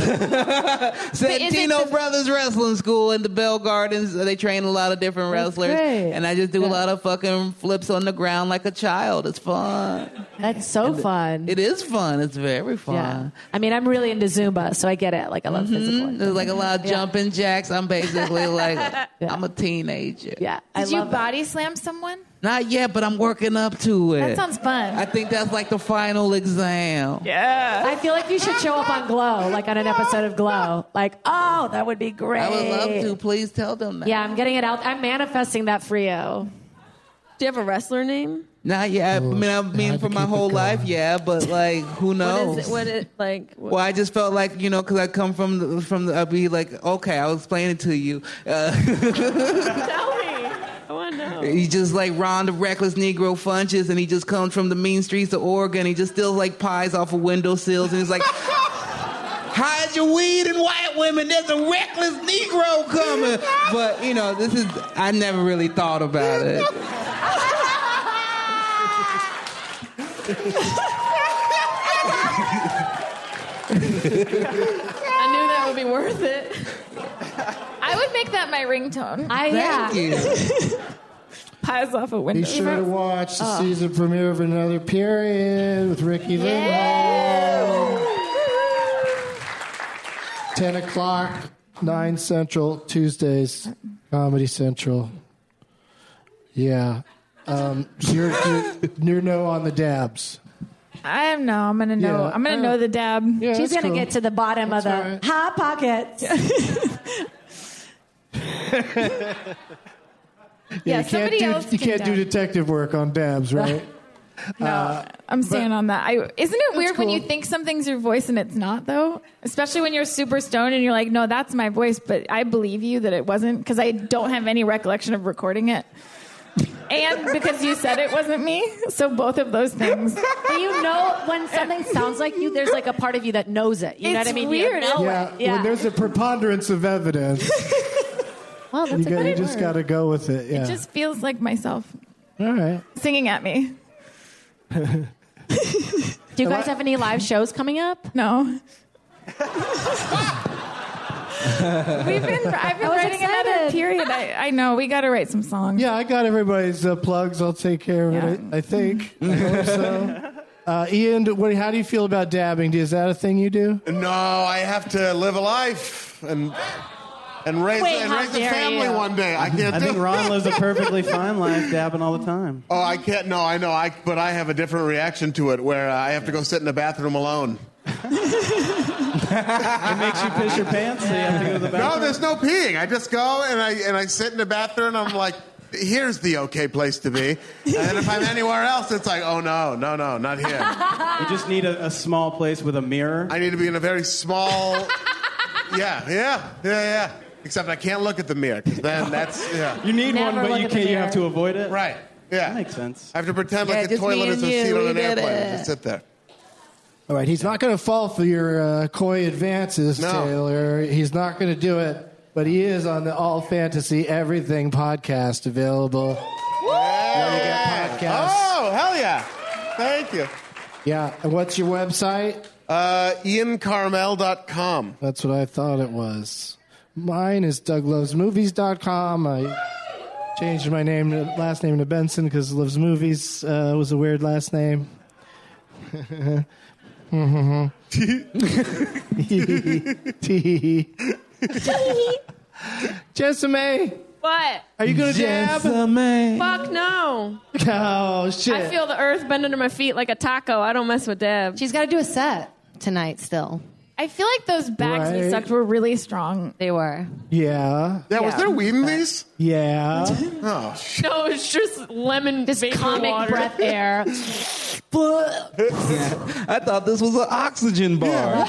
S2: Santino Brothers Wrestling School in the Bell Gardens. uh, They train a lot of different wrestlers,
S4: great.
S2: and I just do a lot of fucking flips on the ground like a child. It's fun.
S4: That's so fun.
S2: It is fun. It's very fun.
S4: Yeah. I mean, I'm really into Zumba, so I get it. Like I love physical.
S2: Mhm. There's like a lot of
S4: Yeah.
S2: jumping jacks. I'm basically like I'm a teenager.
S4: Yeah.
S5: Did you body slam someone?
S2: Not yet, but I'm working up to it.
S5: That sounds fun.
S2: I think that's like the final exam.
S5: Yeah.
S4: I feel like you should show up on Glow, like on an episode of Glow. Like, oh, that would be great.
S2: I would love to. Please tell them that.
S4: Yeah, I'm getting it out. I'm manifesting that for you.
S3: Do you have a wrestler name?
S2: Not yet. I mean, I mean, for my whole life, yeah. But like, who knows?
S3: What is it? What it like?
S2: Well, I just felt like you know, because I come from the, from the, I'd be like, okay, I'll explain it to you. Uh,
S3: Tell me. I want to know.
S2: he just like Ron the reckless Negro Funches, and he just comes from the mean streets of Oregon. He just steals like pies off of windowsills, and he's like, hide your weed and white women. There's a reckless Negro coming. But you know, this is I never really thought about it.
S3: I knew that would be worth it.
S5: I would make that my ringtone.
S4: I
S9: Thank
S5: you. Pies off a window.
S9: Be sure to watch the season premiere of Another Period with Ricky Lindholm. 10 o'clock, 9 Central, Tuesdays, Comedy Central. Yeah. Um, you're, you're, you're no on the dabs.
S5: I am no. I'm gonna know.
S9: Yeah,
S5: I'm gonna
S9: yeah.
S5: know the dab.
S9: Yeah,
S4: She's gonna get to the bottom of the hot pockets.
S5: Yeah,
S9: you can't,
S5: somebody
S9: do,
S5: else
S9: you
S5: can
S9: can't do
S5: dab.
S9: detective work on dabs, right?
S5: No,
S9: Uh,
S5: I'm staying on that. I, isn't it weird when
S9: cool.
S5: you think something's your voice and it's not though? Especially when you're super stoned and you're like, "No, that's my voice," but I believe you that it wasn't because I don't have any recollection of recording it, and because you said it wasn't me. So both of those things.
S4: But you know when something sounds like you, there's like a part of you that knows it. You know
S5: It's
S4: what I mean?
S5: weird,
S4: You know
S9: yeah,
S4: it. yeah.
S9: When there's a preponderance of evidence,
S4: Wow,
S9: you,
S5: that's a
S9: got, you
S5: good
S9: just
S5: word.
S9: got to go with it. Yeah.
S5: It just feels like myself
S9: All right.
S5: singing at me.
S4: Do you guys have any live shows coming up?
S5: No. We've been. I've been
S4: I was
S5: writing another
S4: excited.
S5: period. I, I know we got to write some songs.
S9: Yeah, I got everybody's uh, plugs. I'll take care of it. I I think. I hope so. Uh, Ian, do- what, how do you feel about dabbing? Is that a thing you do?
S6: No, I have to live a life and and raise
S9: Wait,
S6: and
S9: how
S6: raise a
S9: dare
S6: family
S9: you.
S6: one day. I can't
S10: I
S6: do
S10: think
S6: it.
S10: Ron lives a perfectly fine life, dabbing all the time.
S6: Oh, I can't. No, I know. I but I have a different reaction to it where uh, I have to go sit in the bathroom alone.
S10: It makes you piss your pants, so you have to go to the
S6: No,
S10: bathroom.
S6: there's no peeing. I just go and I and I sit in the bathroom and I'm like, here's the okay place to be. And then if I'm anywhere else, it's like, oh no, no, no, not here.
S10: You just need a, a small place with a mirror.
S6: I need to be in a very small. Yeah, yeah, yeah, yeah. Except I can't look at the mirror 'cause then that's yeah.
S10: You need one, but you can't. You have to avoid it.
S6: Right. Yeah. That
S10: makes sense.
S6: I have to pretend
S10: Yeah,
S6: like a
S10: just me
S6: toilet
S10: and
S6: is a
S10: you,
S6: seat on
S10: we
S6: an
S10: did
S6: airplane.
S10: it.
S6: Just sit there.
S9: All right, he's not going to fall for your uh, coy advances,
S6: No.
S9: Taylor. He's not going to do it. But he is on the All Fantasy Everything podcast available.
S6: Oh, hell yeah. Thank you.
S9: Yeah. And what's your website?
S6: Uh, IanCarmel.com.
S9: That's what I thought it was. Mine is DougLovesMovies.com. I changed my name, to, last name to Benson because Loves Movies uh, was a weird last name. Jessame,
S3: What?
S9: are you gonna jab?
S3: Fuck no.
S9: Oh shit!
S3: I feel the earth bend under my feet like a taco. I don't mess with Deb.
S4: She's got to do a set Uh, tonight still.
S5: I feel like those bags we
S9: Right.
S5: sucked were really strong.
S4: They were.
S9: yeah.
S6: Yeah, was there weed in these?
S9: Yeah.
S6: Oh, shit.
S3: No, it's just lemon
S4: Just
S3: vapor
S4: comic
S3: water.
S4: breath air.
S2: I thought this was an oxygen bar.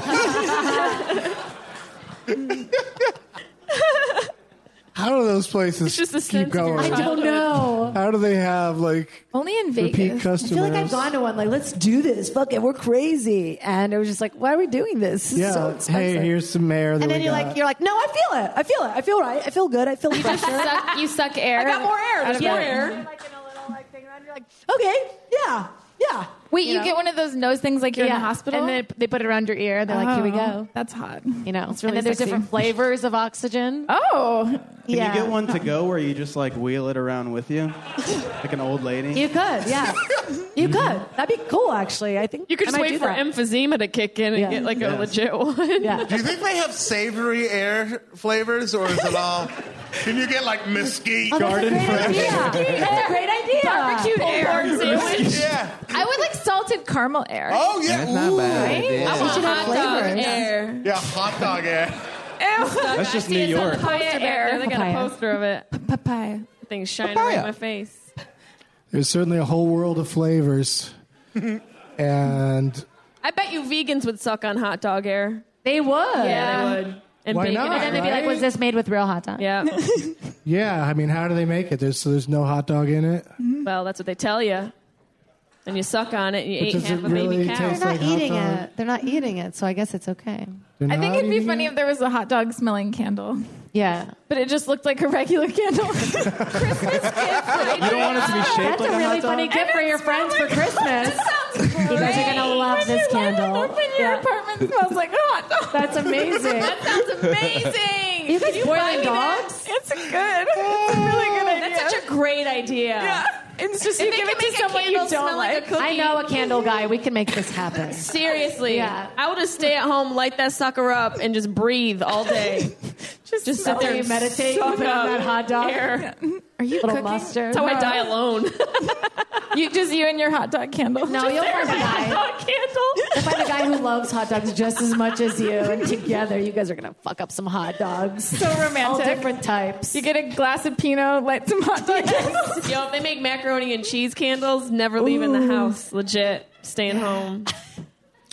S9: How do those places
S3: It's just a
S9: keep
S3: sense of your
S9: going?
S3: I don't
S4: know.
S9: How do they have like
S5: Only in
S9: repeat
S5: Vegas.
S9: customers?
S4: I feel like I've gone to one like, let's do this. Fuck it, we're crazy. And it was just like, why are we doing this? This
S9: Yeah.
S4: is so
S9: hey,
S4: expensive.
S9: here's some mayor. That
S4: and then
S9: we
S4: you're
S9: got.
S4: like, you're like, no, I feel it. I feel it. I feel right. I feel good. I feel pressure.
S5: Suck- you suck air.
S4: I got more air.
S5: out
S4: There's
S5: of
S4: more
S5: it.
S4: air. Like in a little like thing around. You're like, okay, yeah, yeah.
S5: Wait, you, get one of those nose things like you're in the hospital?
S4: And then
S5: they put it around your ear.
S4: They're like, here we go.
S5: That's hot.
S4: You know,
S5: It's
S4: and
S5: really
S4: then there's
S5: sexy.
S4: different flavors of oxygen.
S5: Oh.
S10: Can
S4: yeah.
S10: you get one to go where you just like wheel it around with you, like an old lady?
S4: You could, yeah. you could. That'd be cool, actually. I think
S3: You could
S4: I
S3: just
S4: might
S3: wait
S4: do
S3: for
S4: that.
S3: emphysema to kick in and
S4: Yeah.
S3: get like a legit one.
S4: Yeah.
S6: Do you think they have savory air flavors, or is it all? Can you get like mesquite?
S4: Oh, that's a
S10: Garden
S4: great idea. That's a great idea.
S5: Barbecue air.
S6: yeah.
S5: I would like salted caramel air.
S6: Oh yeah.
S2: That's not
S6: Ooh.
S2: bad. idea.
S5: I want
S4: should have
S5: hot dog
S3: uh,
S4: flavors.
S5: air.
S6: Yeah, hot dog air.
S10: That's just New
S5: It's on
S10: York.
S5: the Papaya
S3: There, they
S5: air.
S3: got a
S4: Papaya.
S3: poster of it.
S5: Papaya.
S3: Things shining right in
S2: Papaya.
S3: my face.
S9: There's certainly a whole world of flavors. and
S3: I bet you vegans would suck on hot dog air.
S4: They would.
S3: Yeah, they would. And
S9: Why
S3: bacon. And
S9: not,
S3: then
S4: And
S3: they'd be
S9: right?
S4: like, was this made with real hot dog?
S3: like, yeah.
S9: yeah, I mean, how do they make it? There's so there's no hot dog in it.
S3: well, that's what they tell you. And you suck on it and you
S9: But
S3: ate
S9: does
S3: half
S9: it
S3: a baby
S9: really
S3: cow.
S9: taste-
S4: They're
S9: It's
S4: not
S9: like hot
S4: eating
S9: dog.
S4: it. They're not eating it, so I guess it's okay.
S9: They're
S5: I think
S9: not
S5: it'd be
S9: eating
S5: funny
S9: it?
S5: if there was a hot dog smelling candle,
S4: Yeah.
S5: but it just looked like a regular candle. Christmas gift.
S10: You don't want it to be shaped
S4: That's
S10: like
S4: a
S10: a
S4: really
S10: hot dog.
S4: funny gift for your friends for Christmas. You guys are gonna love this candle.
S5: Up in your
S4: Yeah.
S5: apartment smells like a hot dog.
S4: That's amazing.
S5: That's amazing.
S4: You guys
S5: Can
S4: boiling
S5: buy me that?
S4: dogs? Oh.
S5: It's a good. It's a really good idea.
S3: That's such a great idea.
S5: Yeah. It's just
S3: If
S5: you
S3: they
S5: give
S3: can
S5: it to
S3: make a
S5: someone you
S3: candle
S5: don't
S3: smell like a
S5: like.
S3: cookie-
S4: I know a candle guy. We can make this happen.
S3: Seriously,
S4: Yeah.
S3: I would just stay at home, light that sucker up, and just breathe all day. just just sit
S4: While
S3: there
S4: you
S3: and
S4: meditate, you
S3: suck
S4: put on
S3: up
S4: that hot dog.
S3: air.
S4: Are you little mustard?
S3: That's how I die alone.
S5: You just you and your hot dog candle.
S4: No, you'll find a guy.
S3: Hot candle.
S4: You'll find a guy who loves hot dogs just as much as you, and together you guys are gonna fuck up some hot dogs.
S5: so
S4: All
S5: romantic.
S4: different types.
S5: You get a glass of Pinot, light some hot dog. candles.
S3: Yo, if they make macaroni and cheese candles, never leaving the house. Legit, staying home.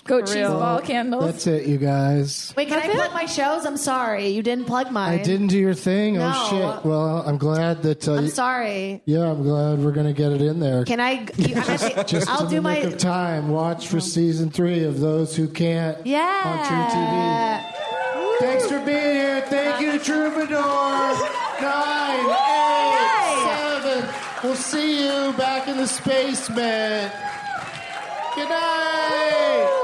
S5: Goat
S3: For
S5: cheese
S3: real.
S5: ball candles.
S9: That's it, you guys.
S4: Wait, can I plug my shows? I'm sorry, you didn't plug mine.
S9: I didn't do your thing.
S4: No.
S9: Oh shit. Well, I'm glad that. Uh,
S4: I'm sorry.
S9: Yeah, I'm glad we're gonna get it in there.
S4: Can I? You, I'm gonna,
S9: Just
S4: I'll
S9: in
S4: do
S9: the
S4: my.
S9: nick of time. Watch for season three of those who can't.
S4: Yeah.
S9: On True TV. Thanks for being here. Thank you, Troubadour. Nine, eight, seven. We'll see you back in the basement. Good night.